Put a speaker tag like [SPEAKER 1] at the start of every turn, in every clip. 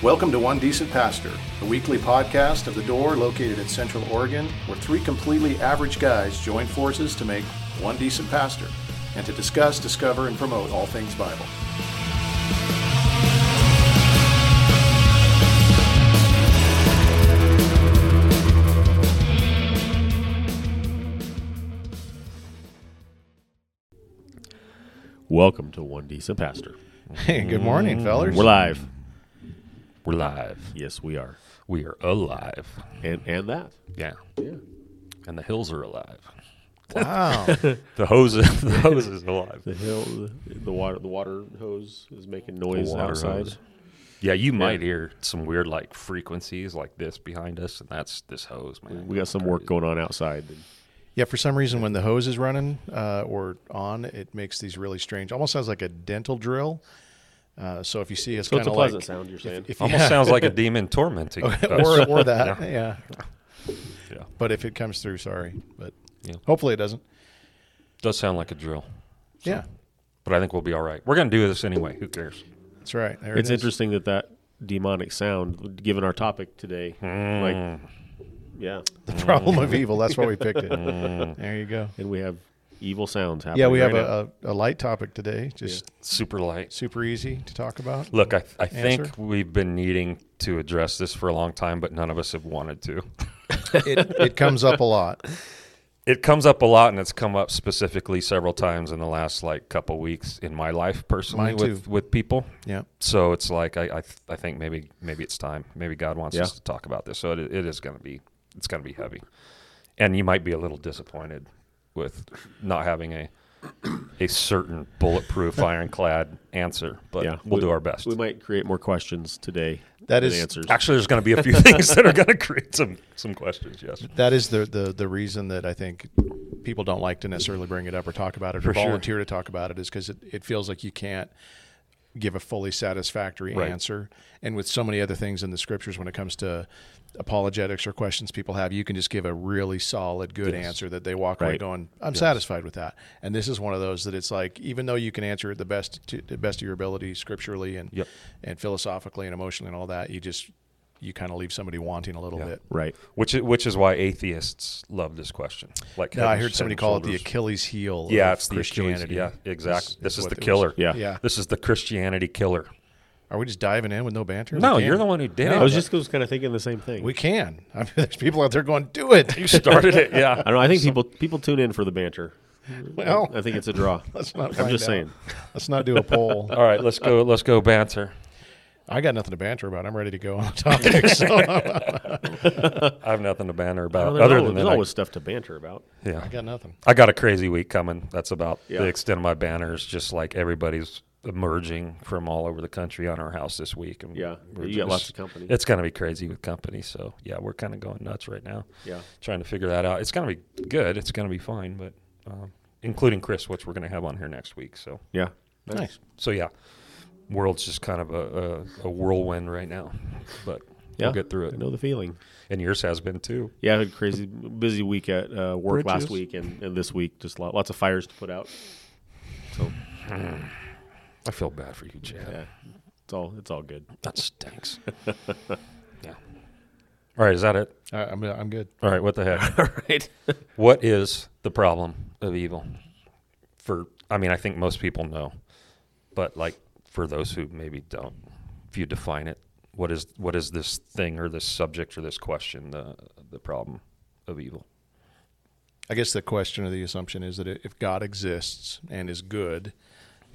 [SPEAKER 1] Welcome to One Decent Pastor, a weekly podcast of The Door located in Central Oregon, where three completely average guys join forces to make one decent pastor and to discuss, discover, and promote all things Bible.
[SPEAKER 2] Welcome to One Decent Pastor.
[SPEAKER 3] Hey, good morning, fellers.
[SPEAKER 2] Mm. We're live.
[SPEAKER 4] We're live.
[SPEAKER 2] Yes, we are.
[SPEAKER 4] We are alive.
[SPEAKER 2] And and that.
[SPEAKER 4] Yeah. Yeah. And the hills are alive.
[SPEAKER 3] Wow.
[SPEAKER 4] The hose is, the hose is alive.
[SPEAKER 2] The hill the water the water hose is making noise
[SPEAKER 4] water
[SPEAKER 2] outside.
[SPEAKER 4] hose. Yeah, you might hear some weird like frequencies like this behind us, and that's this hose, man.
[SPEAKER 2] We got some work going on outside.
[SPEAKER 3] yeah, for some reason, when the hose is running uh, or on, it makes these really strange. Almost sounds like a dental drill. Uh, so if you see us,
[SPEAKER 2] So it's a
[SPEAKER 3] kinda
[SPEAKER 2] pleasant
[SPEAKER 3] like-
[SPEAKER 2] sound you're saying.
[SPEAKER 3] If,
[SPEAKER 4] Almost
[SPEAKER 3] yeah,
[SPEAKER 4] sounds like a demon tormenting.
[SPEAKER 3] or,
[SPEAKER 4] us.
[SPEAKER 3] or that, yeah.
[SPEAKER 4] Yeah.
[SPEAKER 3] But if it comes through, sorry. But
[SPEAKER 4] Yeah.
[SPEAKER 3] hopefully it doesn't.
[SPEAKER 4] Does sound like a drill,
[SPEAKER 3] Yeah,
[SPEAKER 4] but I think we'll be all right. We're gonna do this anyway. Who cares?
[SPEAKER 3] that's right. There it is.
[SPEAKER 2] it's interesting that that demonic sound given our topic today
[SPEAKER 4] Mm.
[SPEAKER 2] like yeah.
[SPEAKER 3] The problem of evil. That's why we picked it. there you go.
[SPEAKER 2] And we have evil sounds happening.
[SPEAKER 3] Yeah, we have
[SPEAKER 2] right now.
[SPEAKER 3] a, a, a light topic today. Just
[SPEAKER 4] Super light.
[SPEAKER 3] super easy to talk about.
[SPEAKER 4] Look, I, I think
[SPEAKER 3] Answer?
[SPEAKER 4] we've been needing to address this for a long time, but none of us have wanted to.
[SPEAKER 3] It, it comes up a lot.
[SPEAKER 4] it comes up a lot and it's come up specifically several times in the last like couple weeks in my life personally
[SPEAKER 3] Mine
[SPEAKER 4] with
[SPEAKER 3] too.
[SPEAKER 4] with people
[SPEAKER 3] Yeah.
[SPEAKER 4] so it's like I, I i think maybe maybe it's time maybe god wants
[SPEAKER 2] Yeah.
[SPEAKER 4] us to talk about this so it, it is going to be it's going to be heavy and you might be a little disappointed with not having a a certain bulletproof ironclad answer but
[SPEAKER 2] yeah,
[SPEAKER 4] we'll
[SPEAKER 2] we-
[SPEAKER 4] do our best
[SPEAKER 2] We might create more questions today.
[SPEAKER 3] That
[SPEAKER 2] than
[SPEAKER 3] is-
[SPEAKER 2] answers.
[SPEAKER 4] actually there's going to be a few things that are going to create some some questions yes
[SPEAKER 3] That is the, the the reason that I think people don't like to necessarily bring it up or talk about it or
[SPEAKER 4] sure.
[SPEAKER 3] volunteer to talk about it is because it, it feels like you can't give a fully satisfactory
[SPEAKER 4] Right.
[SPEAKER 3] answer. And with so many other things in the scriptures when it comes to apologetics or questions people have, you can just give a really solid, good answer that they walk away
[SPEAKER 2] Right.
[SPEAKER 3] going, I'm satisfied with that. And this is one of those that it's like, even though you can answer it the best to the best of your ability scripturally and
[SPEAKER 4] Yep.
[SPEAKER 3] and philosophically and emotionally and all that, you just you kind of leave somebody wanting a little bit.
[SPEAKER 2] right.
[SPEAKER 4] which is, which is why atheists love this question like
[SPEAKER 3] No, I
[SPEAKER 4] head-
[SPEAKER 3] heard somebody
[SPEAKER 4] head and
[SPEAKER 3] call it the
[SPEAKER 4] shoulders.
[SPEAKER 3] Achilles heel.
[SPEAKER 4] Yeah,
[SPEAKER 3] of
[SPEAKER 4] it's the Achilles.
[SPEAKER 3] Christianity.
[SPEAKER 4] Yeah, exactly.
[SPEAKER 3] is-
[SPEAKER 4] This is
[SPEAKER 3] what
[SPEAKER 4] the
[SPEAKER 3] it was.
[SPEAKER 4] killer.
[SPEAKER 2] Yeah.
[SPEAKER 3] Yeah.
[SPEAKER 4] This is the Christianity killer.
[SPEAKER 3] Are we just diving in with no banter?
[SPEAKER 4] No,
[SPEAKER 3] We
[SPEAKER 4] you're
[SPEAKER 3] can.
[SPEAKER 4] the one who did
[SPEAKER 2] I
[SPEAKER 4] it.
[SPEAKER 2] was just was kind of thinking the same thing.
[SPEAKER 3] We can. I mean, there's people out there going, do it.
[SPEAKER 4] you started it. Yeah.
[SPEAKER 2] I don't know. I think people people tune in for the banter.
[SPEAKER 3] Well,
[SPEAKER 2] I think it's a draw.
[SPEAKER 3] let's not.
[SPEAKER 2] I'm
[SPEAKER 3] find
[SPEAKER 2] just
[SPEAKER 3] out.
[SPEAKER 2] saying.
[SPEAKER 3] Let's not do a poll.
[SPEAKER 4] All right, let's go. Let's go banter.
[SPEAKER 3] I got nothing to banter about. I'm ready to go on the topic. So
[SPEAKER 4] I have nothing to banter
[SPEAKER 2] Well,
[SPEAKER 4] about
[SPEAKER 2] there's
[SPEAKER 4] other
[SPEAKER 2] always,
[SPEAKER 4] than
[SPEAKER 2] there's
[SPEAKER 4] that. I-
[SPEAKER 2] always stuff to banter about.
[SPEAKER 4] yeah.
[SPEAKER 3] I got nothing.
[SPEAKER 4] I got a crazy week coming. That's about
[SPEAKER 2] Yeah.
[SPEAKER 4] the extent of my banners. Just like everybody's emerging from all over the country on our house this week. And
[SPEAKER 2] Yeah,
[SPEAKER 4] we're
[SPEAKER 2] you got
[SPEAKER 4] just-
[SPEAKER 2] lots of company.
[SPEAKER 4] It's gonna be crazy with company. So yeah, we're kind of going nuts right now.
[SPEAKER 2] Yeah.
[SPEAKER 4] Trying to figure that out. It's gonna be good. It's gonna be fine. But um, including Chris, which we're gonna have on here next week. So
[SPEAKER 2] Yeah,
[SPEAKER 3] Nice.
[SPEAKER 4] so yeah, world's just kind of a, a, a whirlwind right now, but
[SPEAKER 2] yeah.
[SPEAKER 4] we'll get through
[SPEAKER 2] I
[SPEAKER 4] it.
[SPEAKER 2] know the feeling.
[SPEAKER 4] And yours has been too.
[SPEAKER 2] Yeah, I had a crazy busy week at uh, work last
[SPEAKER 4] Bridges.
[SPEAKER 2] week and, and this week. Just lot, lots of fires to put out. So
[SPEAKER 4] I feel bad for you, Chad.
[SPEAKER 2] yeah, it's all it's all good.
[SPEAKER 4] That stinks. yeah. All right, is that it?
[SPEAKER 3] I, I'm, I'm good.
[SPEAKER 4] All right, what the heck?
[SPEAKER 2] all right.
[SPEAKER 4] what is the problem of evil? For I mean, I think most people know, but like for those who maybe don't, if you define it, what is what is this thing or this subject or this question the the problem of evil?
[SPEAKER 3] I guess the question or the assumption is that if God exists and is good,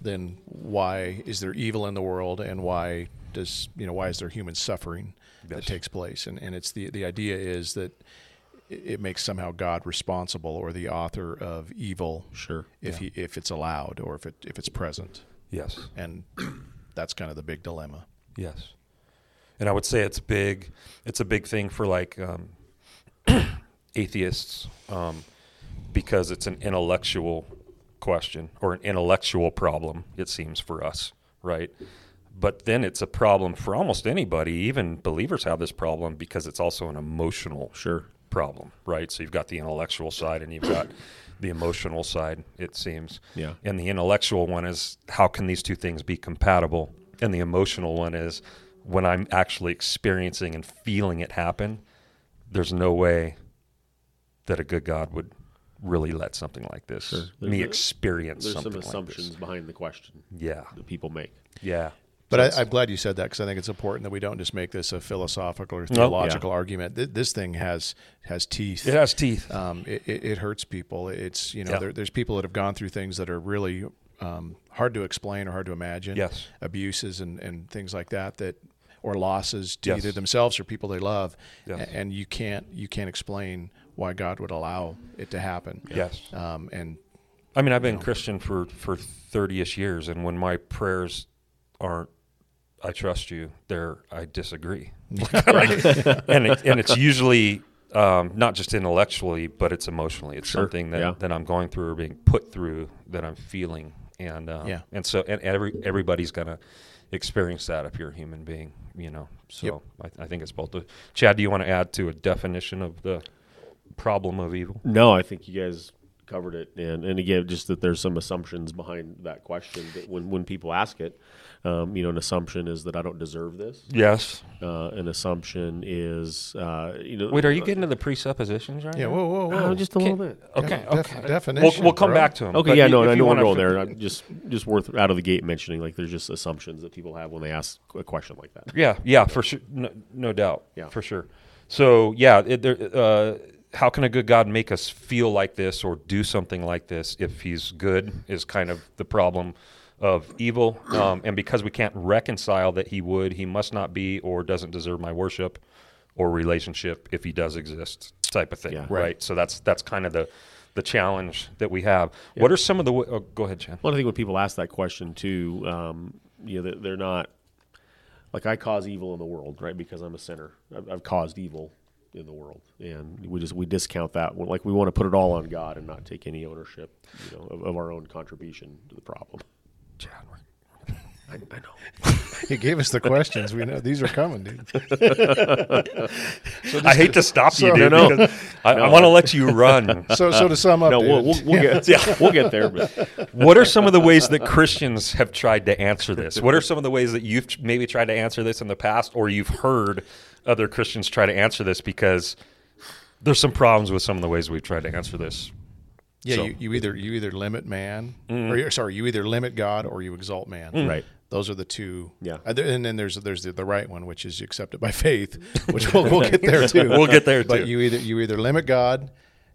[SPEAKER 3] then why is there evil in the world and why does you know why is there human suffering that
[SPEAKER 4] Yes.
[SPEAKER 3] takes place and and it's the the idea is that i- it makes somehow God responsible or the author of evil
[SPEAKER 2] Sure.
[SPEAKER 3] if he if it's allowed or if it if it's present
[SPEAKER 4] Yes.
[SPEAKER 3] and that's kind of the big dilemma
[SPEAKER 4] Yes, and I would say it's big. It's a big thing for like um, atheists um, because it's an intellectual question or an intellectual problem. It seems for us, right? But then it's a problem for almost anybody. Even believers have this problem because it's also an emotional
[SPEAKER 2] Sure.
[SPEAKER 4] problem, right? So you've got the intellectual side and you've got the emotional side. It seems,
[SPEAKER 2] Yeah.
[SPEAKER 4] and the intellectual one is how can these two things be compatible? And the emotional one is when I'm actually experiencing and feeling it happen, there's no way that a good God would really let something like this me
[SPEAKER 2] There's a-
[SPEAKER 4] experience
[SPEAKER 2] There's
[SPEAKER 4] something
[SPEAKER 2] some
[SPEAKER 4] like
[SPEAKER 2] assumptions behind the question
[SPEAKER 4] this. Yeah,
[SPEAKER 2] that people make.
[SPEAKER 4] yeah.
[SPEAKER 3] But I, I'm glad you said that because I think it's important that we don't just make this a philosophical or theological argument. Th- This thing has has teeth.
[SPEAKER 4] It has teeth.
[SPEAKER 3] Um, it, it, it hurts people. It's you know
[SPEAKER 4] Yeah.
[SPEAKER 3] there, there's people that have gone through things that are really um, hard to explain or hard to imagine.
[SPEAKER 4] Yes.
[SPEAKER 3] abuses and, and things like that that or losses to
[SPEAKER 4] Yes.
[SPEAKER 3] either themselves or people they love,
[SPEAKER 4] Yes.
[SPEAKER 3] A- and you can't you can't explain why God would allow it to happen.
[SPEAKER 4] Yes.
[SPEAKER 3] um, and
[SPEAKER 4] I mean, I've been Christian for for thirty ish years, and when my prayers aren't, I trust you. There, I disagree, Like, and it, and it's usually um, not just intellectually, but it's emotionally. It's something that,
[SPEAKER 2] yeah.
[SPEAKER 4] that I'm going through or being put through that I'm feeling, and um,
[SPEAKER 3] Yeah.
[SPEAKER 4] and so and every everybody's gonna experience that if you're a human being, you know. So I, I think it's both. The, Chad, do you want to add to a definition of the problem of evil?
[SPEAKER 2] No, I think you guys covered it, and and again, just that there's some assumptions behind that question that when when people ask it, um, you know, an assumption is that I don't deserve this.
[SPEAKER 4] Yes.
[SPEAKER 2] Uh, an assumption is, uh, you know,
[SPEAKER 4] Wait, are you getting to the presuppositions right
[SPEAKER 3] yeah,
[SPEAKER 4] now?
[SPEAKER 3] whoa, whoa, whoa.
[SPEAKER 2] Oh, just a little bit.
[SPEAKER 4] Okay,
[SPEAKER 3] Def-
[SPEAKER 4] okay.
[SPEAKER 3] definition,
[SPEAKER 4] We'll, we'll come
[SPEAKER 3] bro.
[SPEAKER 4] back to him.
[SPEAKER 2] Okay,
[SPEAKER 4] but
[SPEAKER 2] yeah,
[SPEAKER 4] you-
[SPEAKER 2] no,
[SPEAKER 4] if
[SPEAKER 2] and I
[SPEAKER 4] you
[SPEAKER 2] know I'm
[SPEAKER 4] wanna
[SPEAKER 2] going
[SPEAKER 4] fi-
[SPEAKER 2] there. and I'm just just worth out of the gate mentioning like there's just assumptions that people have when they ask a question like that.
[SPEAKER 4] Yeah, yeah, for sure, no, no doubt.
[SPEAKER 2] Yeah.
[SPEAKER 4] for sure. So yeah, it, there, uh, how can a good God make us feel like this or do something like this if He's good? Is kind of the problem of evil, um, and because we can't reconcile that He would, He must not be or doesn't deserve my worship or relationship if He does exist, type of thing.
[SPEAKER 2] Yeah.
[SPEAKER 4] Right. So that's that's kind of the the challenge that we have. What are some of the? wa- Oh, go ahead, Chad.
[SPEAKER 2] Well, I think when people ask that question too, um, you know, they're, they're not like I cause evil in the world, right? Because I'm a sinner. I've, I've caused evil in the world, and we just we discount that. We're Like we want to put it all on God and not take any ownership, you know, of, of our own contribution to the problem.
[SPEAKER 4] Chad, we're-
[SPEAKER 2] I, I know.
[SPEAKER 3] he gave us the questions. We know these are coming, dude.
[SPEAKER 4] I hate to stop you,
[SPEAKER 3] so-
[SPEAKER 4] dude.
[SPEAKER 2] No, no.
[SPEAKER 4] because I, I want to let you run.
[SPEAKER 3] So, so to sum up,
[SPEAKER 2] No, we'll,
[SPEAKER 3] dude,
[SPEAKER 2] we'll, we'll get we'll get there. But
[SPEAKER 4] what are some of the ways that Christians have tried to answer this? What are some of the ways that you've maybe tried to answer this in the past, or you've heard other Christians try to answer this? Because there's some problems with some of the ways we've tried to answer this.
[SPEAKER 3] Yeah,
[SPEAKER 4] So- Mm-hmm.
[SPEAKER 3] you, you either you either limit man, or you- sorry, you either limit God or you exalt man.
[SPEAKER 2] Right.
[SPEAKER 3] Those are the two.
[SPEAKER 2] Yeah.
[SPEAKER 3] Uh, there- And then there's there's the, the right one, which is you accept it by faith, which we'll, we'll get there too.
[SPEAKER 4] We'll get there,
[SPEAKER 3] But
[SPEAKER 4] too.
[SPEAKER 3] you either you either limit God.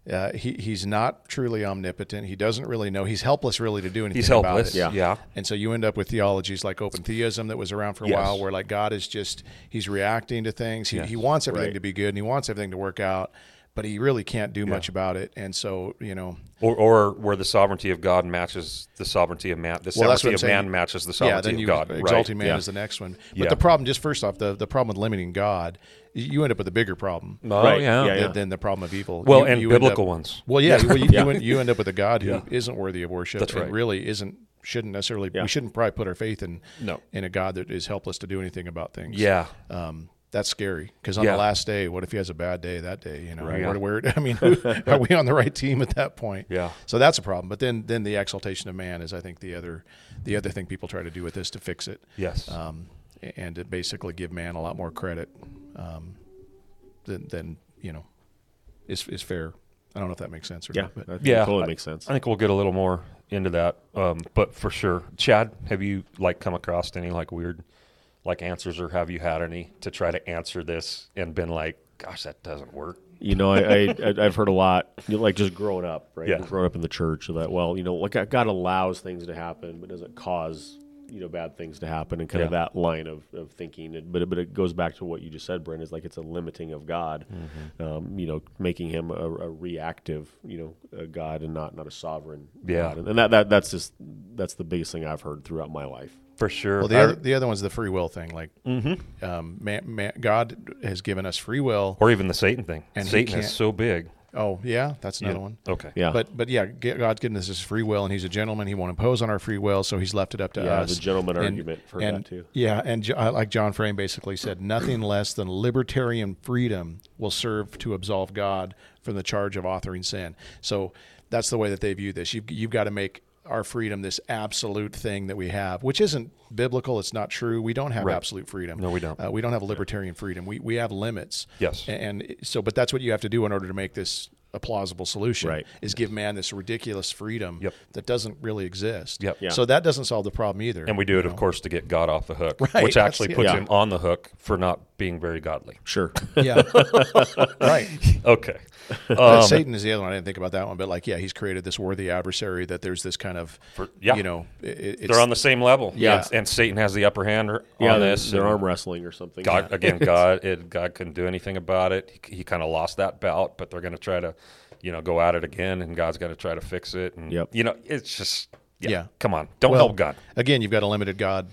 [SPEAKER 3] Uh, he, he's not truly omnipotent. He doesn't really know. He's helpless, really, to do anything.
[SPEAKER 4] He's
[SPEAKER 3] About
[SPEAKER 4] helpless.
[SPEAKER 3] it.
[SPEAKER 4] Yeah. yeah.
[SPEAKER 3] And so you end up with theologies like open theism that was around for a
[SPEAKER 4] Yes.
[SPEAKER 3] while, where like God is just, he's reacting to things. He, he wants everything to be good and he wants everything to work out, but he really can't do much about it. And so, you know,
[SPEAKER 4] Or, or where the sovereignty of God matches the sovereignty of man, the
[SPEAKER 3] Well, that's
[SPEAKER 4] sovereignty
[SPEAKER 3] what I'm
[SPEAKER 4] of
[SPEAKER 3] saying.
[SPEAKER 4] man matches the
[SPEAKER 3] yeah,
[SPEAKER 4] sovereignty
[SPEAKER 3] then you
[SPEAKER 4] of God.
[SPEAKER 3] exalting
[SPEAKER 4] right?
[SPEAKER 3] man
[SPEAKER 4] Yeah.
[SPEAKER 3] is the next one. But
[SPEAKER 4] Yeah.
[SPEAKER 3] the problem, just first off, the, the problem with limiting God, you end up with a bigger problem.
[SPEAKER 4] Oh,
[SPEAKER 2] Right.
[SPEAKER 4] yeah.
[SPEAKER 2] Yeah, yeah.
[SPEAKER 3] than, than the problem of evil.
[SPEAKER 4] Well,
[SPEAKER 3] You-
[SPEAKER 4] and
[SPEAKER 3] you end
[SPEAKER 4] biblical
[SPEAKER 3] up-
[SPEAKER 4] ones.
[SPEAKER 3] Well, yeah, well, you, you, end, you end up with a God who
[SPEAKER 4] Yeah.
[SPEAKER 3] not worthy of worship.
[SPEAKER 4] That's
[SPEAKER 3] and
[SPEAKER 4] right.
[SPEAKER 3] Really isn't shouldn't necessarily.
[SPEAKER 2] Yeah.
[SPEAKER 3] We shouldn't probably put our faith in
[SPEAKER 4] No.
[SPEAKER 3] in a God that is helpless to do anything about things.
[SPEAKER 4] Yeah.
[SPEAKER 3] Um, that's scary because on
[SPEAKER 4] Yeah.
[SPEAKER 3] the last day, what if he has a bad day that day? You know,
[SPEAKER 4] Right.
[SPEAKER 3] where, where- I mean, who, are we on the right team at that point?
[SPEAKER 4] Yeah.
[SPEAKER 3] So that's a problem. But then, then the exaltation of man is, I think, the other, the other thing people try to do with this to fix it,
[SPEAKER 4] Yes.
[SPEAKER 3] um, and to basically give man a lot more credit um, than, than you know, is is fair. I don't know if that makes sense or
[SPEAKER 2] yeah,
[SPEAKER 3] not. But
[SPEAKER 2] I think
[SPEAKER 4] Yeah.
[SPEAKER 2] it totally makes sense.
[SPEAKER 4] I think we'll get a little more into that, um, but for sure, Chad, have you like come across any like weird like answers, or have you had any to try to answer this and been like, "Gosh, that doesn't work."
[SPEAKER 2] You know, I, I I- I've heard a lot, you know, like just growing up, right?
[SPEAKER 4] Yeah.
[SPEAKER 2] Growing up in the church, so that well, you know, like God allows things to happen, but doesn't cause you know bad things to happen, and kind of
[SPEAKER 4] Yeah.
[SPEAKER 2] that line of, of thinking. And- But it- but it goes back to what you just said, Brent. Is like it's a limiting of God,
[SPEAKER 4] Mm-hmm.
[SPEAKER 2] um, you know, making Him a, a reactive, you know, a God and not not a sovereign.
[SPEAKER 4] Yeah.
[SPEAKER 2] God. and, that, that that's just that's the biggest thing I've heard throughout my life.
[SPEAKER 4] For sure.
[SPEAKER 3] Well, the
[SPEAKER 4] I-
[SPEAKER 3] other, the other one's the free will thing. Like, um, man, man, God has given us free will.
[SPEAKER 4] Mm-hmm. or even the Satan thing.
[SPEAKER 3] And he
[SPEAKER 4] Satan is
[SPEAKER 3] can't-
[SPEAKER 4] so big.
[SPEAKER 3] oh, yeah, that's another one.
[SPEAKER 4] Okay.
[SPEAKER 2] Yeah,
[SPEAKER 3] But but yeah, g- God's given us His free will, and He's a gentleman. He won't impose on our free will, so He's left it up to
[SPEAKER 2] Yeah,
[SPEAKER 3] us.
[SPEAKER 2] the gentleman
[SPEAKER 3] And-
[SPEAKER 2] argument for
[SPEAKER 3] and-
[SPEAKER 2] that, too.
[SPEAKER 3] Yeah, and Jo- uh, like John Frame basically said, nothing less than libertarian freedom will serve to absolve God from the charge of authoring sin. So that's the way that they view this. You've you've got to make our freedom this absolute thing that we have, which isn't biblical. It's not true. We don't have
[SPEAKER 4] Right.
[SPEAKER 3] absolute freedom.
[SPEAKER 4] No, we don't.
[SPEAKER 3] Uh, we don't have libertarian freedom. We, we have limits.
[SPEAKER 4] Yes.
[SPEAKER 3] A- And, it- so, but that's what you have to do in order to make this a plausible solution
[SPEAKER 2] Right.
[SPEAKER 3] is give man this ridiculous freedom
[SPEAKER 4] Yep.
[SPEAKER 3] that doesn't really exist.
[SPEAKER 4] Yep. Yeah.
[SPEAKER 3] So that doesn't solve the problem either.
[SPEAKER 4] And we do it, of course, to get God off the hook,
[SPEAKER 3] Right,
[SPEAKER 4] which actually
[SPEAKER 3] that's-
[SPEAKER 4] puts
[SPEAKER 2] yeah.
[SPEAKER 4] him on the hook for not being very godly.
[SPEAKER 2] Sure.
[SPEAKER 3] yeah. right.
[SPEAKER 4] Okay. Um,
[SPEAKER 3] But Satan is the other one. I didn't think about that one, but like, yeah, he's created this worthy adversary that there's this kind of,
[SPEAKER 4] yeah.
[SPEAKER 3] you know, i- i- it's,
[SPEAKER 4] They're on the same level.
[SPEAKER 3] Yeah.
[SPEAKER 4] And, and Satan has the upper hand r-
[SPEAKER 2] yeah,
[SPEAKER 4] on
[SPEAKER 2] they're,
[SPEAKER 4] this.
[SPEAKER 2] they're
[SPEAKER 4] and
[SPEAKER 2] arm wrestling or something.
[SPEAKER 4] uh, God again, God it, God couldn't do anything about it. He, he kind of lost that bout, but they're going to try to, you know, go at it again, and God's going to try to fix it. And
[SPEAKER 2] Yep.
[SPEAKER 4] you know, it's just yeah.
[SPEAKER 3] Yeah.
[SPEAKER 4] Come on, don't
[SPEAKER 3] Well,
[SPEAKER 4] help God.
[SPEAKER 3] Again, you've got a limited God,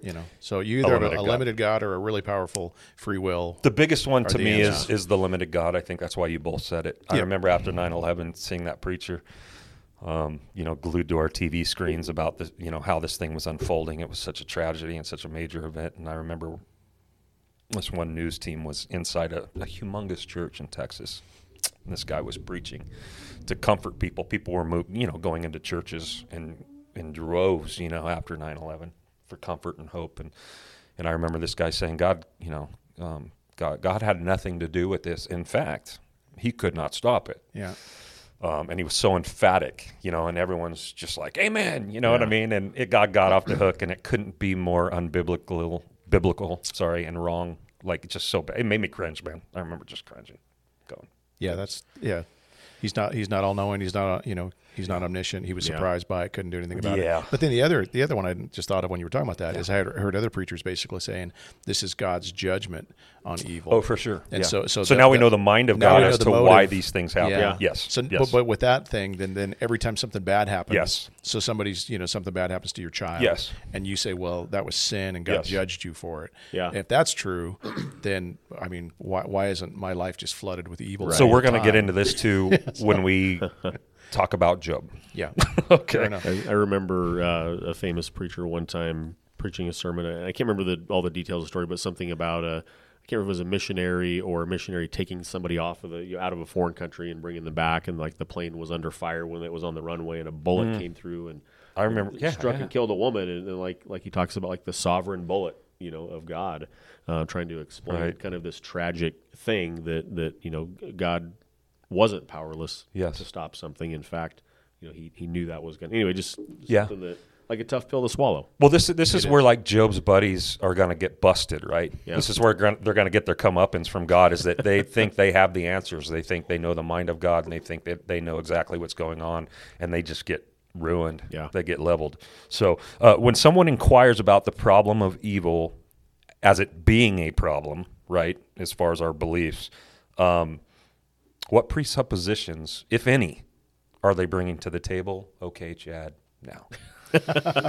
[SPEAKER 3] you know. So you either have
[SPEAKER 4] limited
[SPEAKER 3] a, a
[SPEAKER 4] God.
[SPEAKER 3] limited God or a really powerful free will.
[SPEAKER 4] The biggest one to
[SPEAKER 3] the
[SPEAKER 4] me is
[SPEAKER 3] answer.
[SPEAKER 4] is the limited God. I think that's why you both said it. I
[SPEAKER 3] Yeah.
[SPEAKER 4] remember after 9-11 seeing that preacher, um, you know, glued to our TV screens about this, you know, how this thing was unfolding. It was such a tragedy and such a major event. And I remember this one news team was inside a, a humongous church in Texas. And this guy was preaching to comfort people. People were moving, you know, going into churches and in droves, you know, after 9/11 for comfort and hope. And and I remember this guy saying, "God, you know, um, God, God had nothing to do with this. In fact, He could not stop it."
[SPEAKER 3] Yeah.
[SPEAKER 4] um, and he was so emphatic, you know, and everyone's just like, "Amen," you know what I mean? And it got got off the hook, and it couldn't be more unbiblical, biblical, sorry, and wrong. Like it's just so bad. It made me cringe, man. I remember just cringing, going,
[SPEAKER 3] Yeah, that's yeah. He's not he's not all knowing, he's not uh, you know, he's not omniscient. He was surprised by it, couldn't do anything about
[SPEAKER 4] Yeah.
[SPEAKER 3] it. But then the other the other one I just thought of when you were talking about that is I had heard other preachers basically saying this is God's judgment on evil.
[SPEAKER 4] "Oh, for sure."
[SPEAKER 3] And
[SPEAKER 4] Yeah.
[SPEAKER 3] so so
[SPEAKER 4] so
[SPEAKER 3] that-
[SPEAKER 4] now we
[SPEAKER 3] that-
[SPEAKER 4] know the mind of
[SPEAKER 3] now we
[SPEAKER 4] God
[SPEAKER 3] know
[SPEAKER 4] as
[SPEAKER 3] the
[SPEAKER 4] to
[SPEAKER 3] motive.
[SPEAKER 4] why these things happen.
[SPEAKER 3] Yeah.
[SPEAKER 4] Yes,
[SPEAKER 3] So,
[SPEAKER 4] yes.
[SPEAKER 3] But, but with that thing, then then every time something bad happens,
[SPEAKER 4] Yes.
[SPEAKER 3] So somebody's you know something bad happens to your child,
[SPEAKER 4] Yes.
[SPEAKER 3] and you say, well, that was sin, and God
[SPEAKER 4] Yes.
[SPEAKER 3] judged you for it.
[SPEAKER 2] Yeah.
[SPEAKER 3] If that's true, then I mean, why why isn't my life just flooded with evil?
[SPEAKER 4] so
[SPEAKER 3] all
[SPEAKER 4] we're
[SPEAKER 3] the
[SPEAKER 4] going to get
[SPEAKER 3] time?
[SPEAKER 4] into this too when we talk about Job.
[SPEAKER 3] yeah.
[SPEAKER 4] okay.
[SPEAKER 3] Fair enough.
[SPEAKER 2] I, I remember uh, a famous preacher one time preaching a sermon. and I can't remember the, all the details of the story, but something about a I can't remember if it was a missionary or a missionary taking somebody off of the you know, out of a foreign country and bringing them back, and like the plane was under fire when it was on the runway, and a bullet came through and
[SPEAKER 4] I remember- yeah,
[SPEAKER 2] struck
[SPEAKER 4] yeah.
[SPEAKER 2] and killed a woman, and, and like like he talks about like the sovereign bullet, you know, of God, uh, trying to explain
[SPEAKER 4] Right.
[SPEAKER 2] kind of this tragic thing that that you know God wasn't powerless
[SPEAKER 4] Yes.
[SPEAKER 2] to stop something. In fact, you know, he, he knew that was going to. Anyway, just
[SPEAKER 4] Yeah.
[SPEAKER 2] something that, like a tough pill to swallow.
[SPEAKER 4] Well, this this is where like Job's buddies are going to get busted, right?
[SPEAKER 2] Yeah.
[SPEAKER 4] This is where gon- they're going to get their comeuppance from God is that they think they have the answers, they think they know the mind of God, and they think that they know exactly what's going on, and they just get ruined.
[SPEAKER 2] Yeah.
[SPEAKER 4] they get leveled. So uh, when someone inquires about the problem of evil as it being a problem, right, as far as our beliefs, um, what presuppositions, if any, are they bringing to the table? Okay, Chad. Now.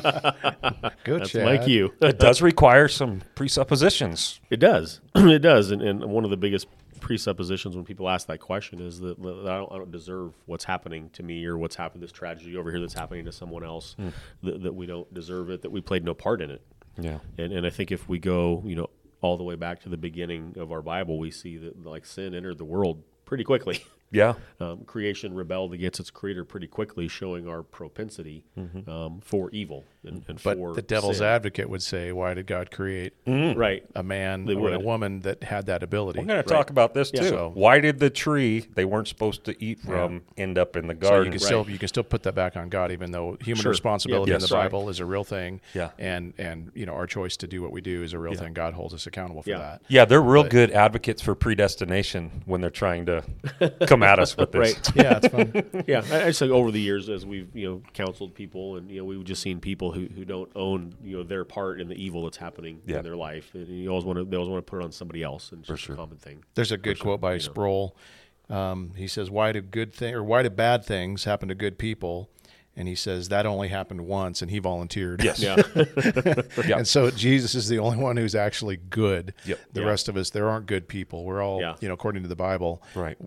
[SPEAKER 3] Good.
[SPEAKER 2] That's
[SPEAKER 3] Chad.
[SPEAKER 2] like you.
[SPEAKER 4] it does require some presuppositions.
[SPEAKER 2] It does. it does. And, and one of the biggest presuppositions when people ask that question is that, that I, don't, I don't deserve what's happening to me or what's happened this tragedy over here that's happening to someone else
[SPEAKER 3] Hmm.
[SPEAKER 2] that, that we don't deserve it that we played no part in it.
[SPEAKER 4] Yeah.
[SPEAKER 2] And and I think if we go you know all the way back to the beginning of our Bible, we see that like sin entered the world pretty quickly.
[SPEAKER 4] Yeah.
[SPEAKER 2] um, creation rebelled against its creator pretty quickly, showing our propensity um, for evil and, and
[SPEAKER 3] Mm-hmm. But
[SPEAKER 2] for
[SPEAKER 3] the devil's
[SPEAKER 2] sin.
[SPEAKER 3] advocate would say, why did God create
[SPEAKER 2] right?
[SPEAKER 3] a man
[SPEAKER 2] Mm-hmm. They
[SPEAKER 3] or a
[SPEAKER 2] would.
[SPEAKER 3] woman that had that ability?
[SPEAKER 4] We're going to talk about this
[SPEAKER 2] Yeah.
[SPEAKER 4] too.
[SPEAKER 3] So-
[SPEAKER 4] Why did the tree they weren't supposed to eat from end up in the
[SPEAKER 3] So you
[SPEAKER 4] garden?
[SPEAKER 3] can still you can still put that back on God, even though human
[SPEAKER 2] Sure.
[SPEAKER 3] responsibility
[SPEAKER 2] Yeah,
[SPEAKER 3] in the
[SPEAKER 2] yes, right.
[SPEAKER 3] Bible is a real thing.
[SPEAKER 4] Yeah.
[SPEAKER 3] and and you know our choice to do what we do is a real thing. God holds us accountable for
[SPEAKER 2] Yeah.
[SPEAKER 3] that.
[SPEAKER 4] yeah, they're real good advocates for predestination when they're trying to come at us with this.
[SPEAKER 2] Right.
[SPEAKER 3] Yeah, it's fun.
[SPEAKER 2] yeah, I, I just think over the years, as we've you know counseled people, and you know we've just seen people who, who don't own you know their part in the evil that's happening
[SPEAKER 4] Yeah.
[SPEAKER 2] in their life. And you always want to they always want to put it on somebody else, and it's just a common thing.
[SPEAKER 3] There's a good quote by Sproul. Um, he says, "Why do good thing or why do bad things happen to good people?" And he says that only happened once, and he volunteered.
[SPEAKER 4] Yes.
[SPEAKER 2] Yeah,
[SPEAKER 4] Yeah.
[SPEAKER 3] and so Jesus is the only one who's actually good.
[SPEAKER 4] Yep.
[SPEAKER 3] The
[SPEAKER 2] Yeah.
[SPEAKER 3] rest of us, there aren't good people. We're all,
[SPEAKER 2] Yeah.
[SPEAKER 3] you know, according to the Bible,
[SPEAKER 4] Right.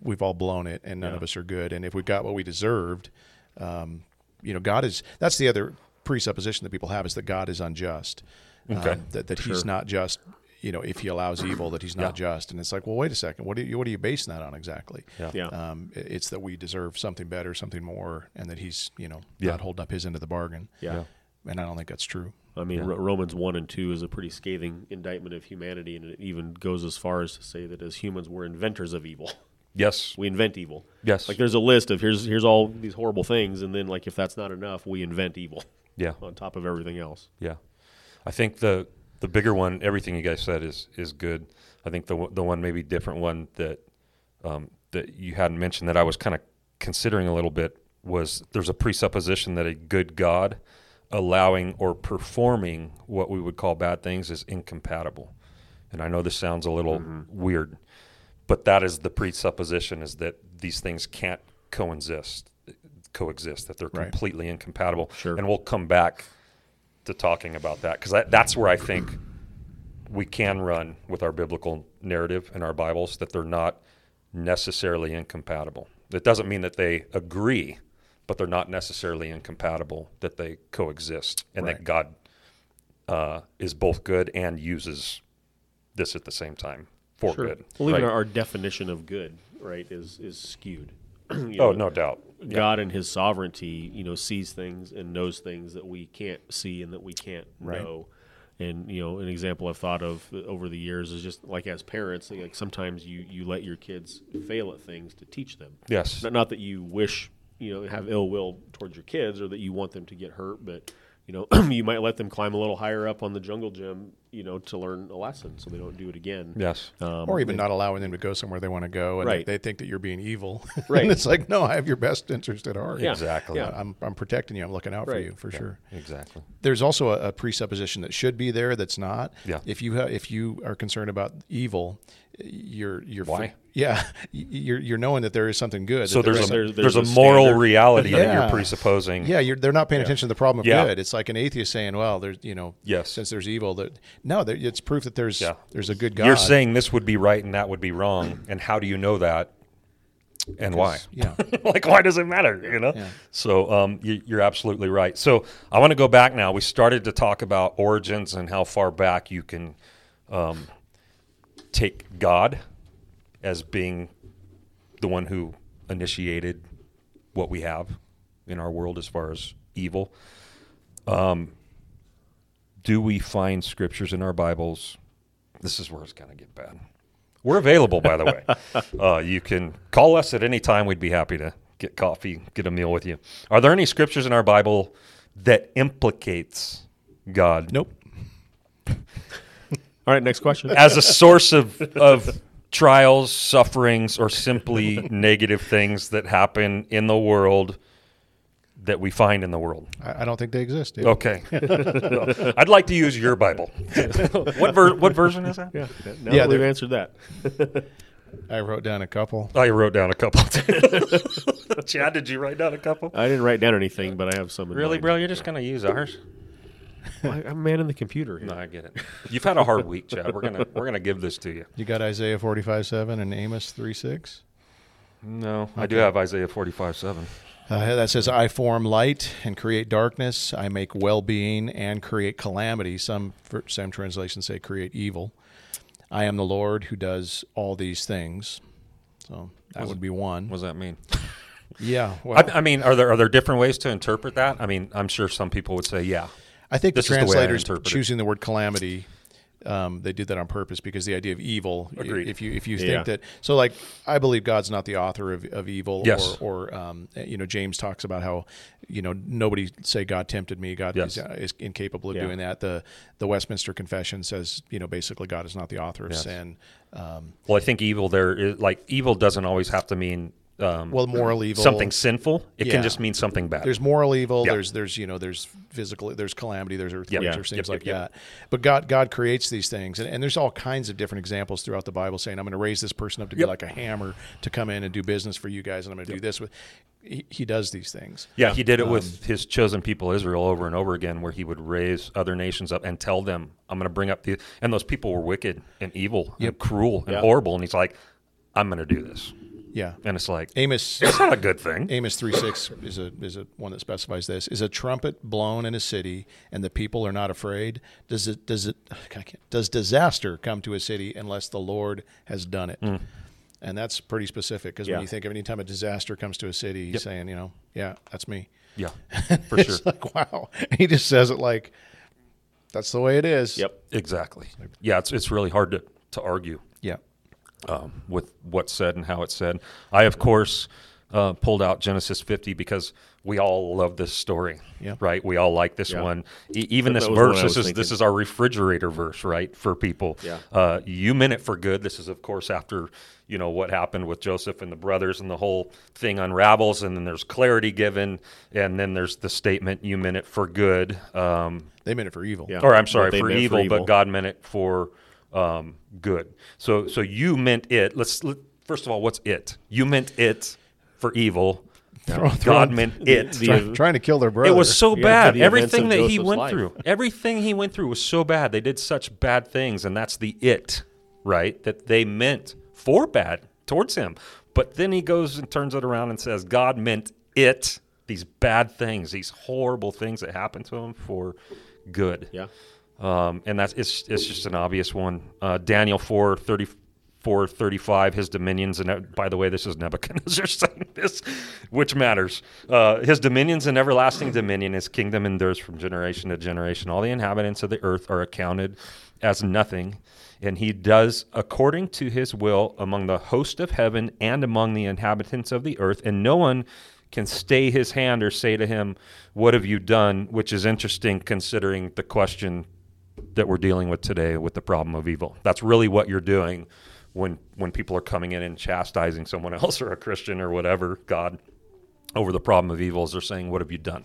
[SPEAKER 3] we've all blown it and none of us are good. And if we got what we deserved, um, you know, God is that's the other presupposition that people have is that God is unjust.
[SPEAKER 4] Okay.
[SPEAKER 3] that that he's not just you know, if he allows evil, that he's not just. And it's like, well, wait a second, what are you, what are you basing that on exactly?
[SPEAKER 4] Yeah.
[SPEAKER 2] Yeah.
[SPEAKER 3] Um, i- it's that we deserve something better, something more, and that he's, you know,
[SPEAKER 4] Yeah.
[SPEAKER 3] not holding up his end of the bargain.
[SPEAKER 2] Yeah.
[SPEAKER 3] And I don't think that's true.
[SPEAKER 2] I mean, Ro- Romans 1 and 2 is a pretty scathing indictment of humanity, and it even goes as far as to say that as humans, we're inventors of evil.
[SPEAKER 4] Yes.
[SPEAKER 2] We invent evil.
[SPEAKER 4] Yes.
[SPEAKER 2] Like there's a list of here's here's all these horrible things, and then like if that's not enough, we invent evil
[SPEAKER 4] Yeah.
[SPEAKER 2] on top of everything else.
[SPEAKER 4] Yeah, I think the the bigger one, everything you guys said is is good. I think the one- the one maybe different one that um, that you hadn't mentioned that I was kind of considering a little bit was there's a presupposition that a good God allowing or performing what we would call bad things is incompatible, and I know this sounds a little weird, but that is the presupposition is that these things can't coexist coexist that they're
[SPEAKER 3] Right.
[SPEAKER 4] completely incompatible
[SPEAKER 2] Sure.
[SPEAKER 4] and we'll come back to talking about that because that, that's where I think we can run with our biblical narrative and our Bibles that they're not necessarily incompatible. It doesn't mean that they agree, but they're not necessarily incompatible, that they coexist and
[SPEAKER 3] Right.
[SPEAKER 4] that God uh, is both good and uses this at the same time for good.
[SPEAKER 2] Well, even
[SPEAKER 4] right?
[SPEAKER 2] our, our definition of good, right, is is skewed. You know,
[SPEAKER 4] oh, no doubt.
[SPEAKER 2] God in His sovereignty, you know, sees things and knows things that we can't see and that we can't know. And you know, an example I've thought of over the years is just like as parents, like sometimes you you let your kids fail at things to teach them.
[SPEAKER 4] Yes.
[SPEAKER 2] Not, not that you wish you know have ill will towards your kids or that you want them to get hurt, but you know you might let them climb a little higher up on the jungle gym, you know, to learn a lesson so they don't do it again.
[SPEAKER 4] Yes.
[SPEAKER 2] Um,
[SPEAKER 3] or even not allowing them to go somewhere they want to go, and
[SPEAKER 2] Right.
[SPEAKER 3] they, they think that you're being evil.
[SPEAKER 2] Right.
[SPEAKER 3] and it's like, no, I have your best interest at heart.
[SPEAKER 2] Yeah.
[SPEAKER 4] Exactly.
[SPEAKER 2] Yeah.
[SPEAKER 3] I'm, I'm protecting you. I'm looking out for
[SPEAKER 2] Right.
[SPEAKER 3] you for sure.
[SPEAKER 4] Exactly.
[SPEAKER 3] There's also a, a presupposition that should be there that's not.
[SPEAKER 4] Yeah.
[SPEAKER 3] If you ha- if you are concerned about evil, you're you're
[SPEAKER 4] Why?
[SPEAKER 3] yeah, you're you're knowing that there is something good.
[SPEAKER 4] So
[SPEAKER 3] that there
[SPEAKER 4] there's a,
[SPEAKER 3] is-
[SPEAKER 2] there's-
[SPEAKER 4] there's,
[SPEAKER 2] there's
[SPEAKER 4] a,
[SPEAKER 2] a
[SPEAKER 4] moral
[SPEAKER 2] standard.
[SPEAKER 4] reality that
[SPEAKER 3] Yeah.
[SPEAKER 4] you're presupposing.
[SPEAKER 3] yeah, you're, they're not paying attention to the problem of
[SPEAKER 4] Yeah.
[SPEAKER 3] good. It's like an atheist saying, "Well, there's you know,
[SPEAKER 4] Yes.
[SPEAKER 3] since there's evil, that no, there, it's proof that there's
[SPEAKER 4] Yeah.
[SPEAKER 3] there's a good God."
[SPEAKER 4] You're saying this would be right and that would be wrong, and how do you know that, and why?
[SPEAKER 3] yeah,
[SPEAKER 4] like, why does it matter? You know.
[SPEAKER 3] Yeah.
[SPEAKER 4] So um, you, you're absolutely right. So I want to go back now. We started to talk about origins and how far back you can um, take God as being the one who initiated what we have in our world as far as evil. Um, do we find scriptures in our Bibles? This is where it's going to get bad. We're available, by the way. Uh, you can call us at any time. We'd be happy to get coffee, get a meal with you. Are there any scriptures in our Bible that implicates God
[SPEAKER 3] nope.
[SPEAKER 2] All right, next question.
[SPEAKER 4] as a source of of trials, sufferings, or simply negative things that happen in the world that we find in the world.
[SPEAKER 3] I, I don't think they exist. dude.
[SPEAKER 4] Okay, I'd like to use your Bible. what ver- what version is that?
[SPEAKER 2] yeah, now
[SPEAKER 3] Yeah,
[SPEAKER 2] that we've
[SPEAKER 3] there-
[SPEAKER 2] answered that.
[SPEAKER 3] I wrote down a couple.
[SPEAKER 4] I wrote down a couple. Chad, did you write down a couple?
[SPEAKER 2] I didn't write down anything, but I have some. In
[SPEAKER 4] Really,
[SPEAKER 2] mind.
[SPEAKER 4] bro? You're just gonna use ours?
[SPEAKER 2] I, I'm manning the computer here.
[SPEAKER 4] No, I get it. You've had a hard week, Chad. We're gonna we're gonna give this to you.
[SPEAKER 3] You got Isaiah 45 7 and Amos 3 6.
[SPEAKER 4] No, I do have Isaiah forty five seven.
[SPEAKER 3] Uh, that says, I form light and create darkness. I make well being and create calamity. Some, for- some translations say create evil. I am the Lord who does all these things. So that would be one.
[SPEAKER 4] What does that mean?
[SPEAKER 3] yeah. Well,
[SPEAKER 4] I, I mean, are there are there different ways to interpret that? I mean, I'm sure some people would say, yeah,
[SPEAKER 3] I think the
[SPEAKER 4] This is the way I
[SPEAKER 3] translators
[SPEAKER 4] interpret it.
[SPEAKER 3] choosing the word calamity, um, they did that on purpose because the idea of evil. i-
[SPEAKER 4] Agreed.
[SPEAKER 3] If you if you
[SPEAKER 2] Yeah.
[SPEAKER 3] think that so, like I believe God's not the author of, of evil.
[SPEAKER 4] Yes.
[SPEAKER 3] Or, or um, you know, James talks about how you know nobody say God tempted me. God
[SPEAKER 4] Yes.
[SPEAKER 3] is, uh, is incapable of
[SPEAKER 2] Yeah.
[SPEAKER 3] doing that. The the Westminster Confession says you know basically God is not the author of sin. Um,
[SPEAKER 4] Well, I think evil there is like evil doesn't always have to mean um,
[SPEAKER 3] well, moral evil.
[SPEAKER 4] something sinful. It
[SPEAKER 3] Yeah.
[SPEAKER 4] can just mean something bad.
[SPEAKER 3] There's moral evil.
[SPEAKER 4] Yeah.
[SPEAKER 3] There's there's you know there's physical. There's calamity. There's earthquakes
[SPEAKER 2] Yeah.
[SPEAKER 3] or things
[SPEAKER 4] Yep,
[SPEAKER 3] like
[SPEAKER 4] yep, yep.
[SPEAKER 3] that. But God God creates these things, and, and there's all kinds of different examples throughout the Bible saying, "I'm going to raise this person up to be
[SPEAKER 4] Yep.
[SPEAKER 3] like a hammer to come in and do business for you guys, and I'm going to do this with." He, he does these things.
[SPEAKER 4] yeah, he did it
[SPEAKER 3] Um,
[SPEAKER 4] with his chosen people Israel over and over again, where he would raise other nations up and tell them, "I'm going to bring up the," and those people were wicked and evil and cruel and
[SPEAKER 2] Yeah.
[SPEAKER 4] horrible, and he's like, "I'm going to do this."
[SPEAKER 3] Yeah.
[SPEAKER 4] and it's like
[SPEAKER 3] Amos
[SPEAKER 4] it's not a good thing.
[SPEAKER 3] Amos three six is a is a one that specifies this. Is a trumpet blown in a city and the people are not afraid? Does it does it I can't- does disaster come to a city unless the Lord has done it?
[SPEAKER 4] Mm.
[SPEAKER 3] And that's pretty specific because
[SPEAKER 2] Yeah.
[SPEAKER 3] when you think of any time a disaster comes to a city, he's saying, you know, yeah, that's me.
[SPEAKER 4] Yeah, for sure.
[SPEAKER 3] It's like wow. He just says it like that's the way it is.
[SPEAKER 2] Yep.
[SPEAKER 4] Exactly. Yeah, it's it's really hard to to argue
[SPEAKER 3] Yeah.
[SPEAKER 4] um, with what's said and how it's said. I of course uh, pulled out Genesis 50 because we all love this story,
[SPEAKER 3] Yeah.
[SPEAKER 4] right? We all like this
[SPEAKER 2] Yeah.
[SPEAKER 4] one. E- even
[SPEAKER 2] That-
[SPEAKER 4] this
[SPEAKER 2] that was the one
[SPEAKER 4] verse,
[SPEAKER 2] I
[SPEAKER 4] this is
[SPEAKER 2] was
[SPEAKER 4] this
[SPEAKER 2] thinking.
[SPEAKER 4] is our refrigerator verse, right, for people.
[SPEAKER 2] Yeah.
[SPEAKER 4] Uh, you meant it for good. This is of course after you know what happened with Joseph and the brothers, and the whole thing unravels, and then there's clarity given, and then there's the statement, "You meant it for good." Um,
[SPEAKER 3] They meant it for evil.
[SPEAKER 2] Yeah.
[SPEAKER 4] or I'm sorry,
[SPEAKER 2] What they
[SPEAKER 4] for
[SPEAKER 2] meant for
[SPEAKER 4] evil,
[SPEAKER 2] evil.
[SPEAKER 4] but God meant it for um, good. So, so you meant it. Let's let, first of all, what's it? You meant it for evil.
[SPEAKER 3] Throw- throw-
[SPEAKER 4] God meant it.
[SPEAKER 2] the-
[SPEAKER 3] Try- trying to kill their brother.
[SPEAKER 4] it was so
[SPEAKER 2] Yeah,
[SPEAKER 4] bad.
[SPEAKER 2] the events
[SPEAKER 4] Everything
[SPEAKER 2] of
[SPEAKER 4] that he
[SPEAKER 2] Joseph's
[SPEAKER 4] went
[SPEAKER 2] life.
[SPEAKER 4] through, everything he went through was so bad. They did such bad things, and that's the it, right? That they meant for bad towards him. But then he goes and turns it around and says, God meant it, these bad things, these horrible things that happened to him for good.
[SPEAKER 2] Yeah.
[SPEAKER 4] Um, and that's it's it's just an obvious one. Uh, Daniel 4, 34, 35, his dominions and ev- by the way, this is Nebuchadnezzar saying this, which matters. Uh, his dominions and everlasting dominion, his kingdom endures from generation to generation. All the inhabitants of the earth are accounted as nothing, and he does according to his will among the host of heaven and among the inhabitants of the earth, and no one can stay his hand or say to him, What have you done? Which is interesting considering the question that we're dealing with today with the problem of evil. That's really what you're doing when when people are coming in and chastising someone else or a Christian or whatever, God, over the problem of evil is they're saying, What have you done?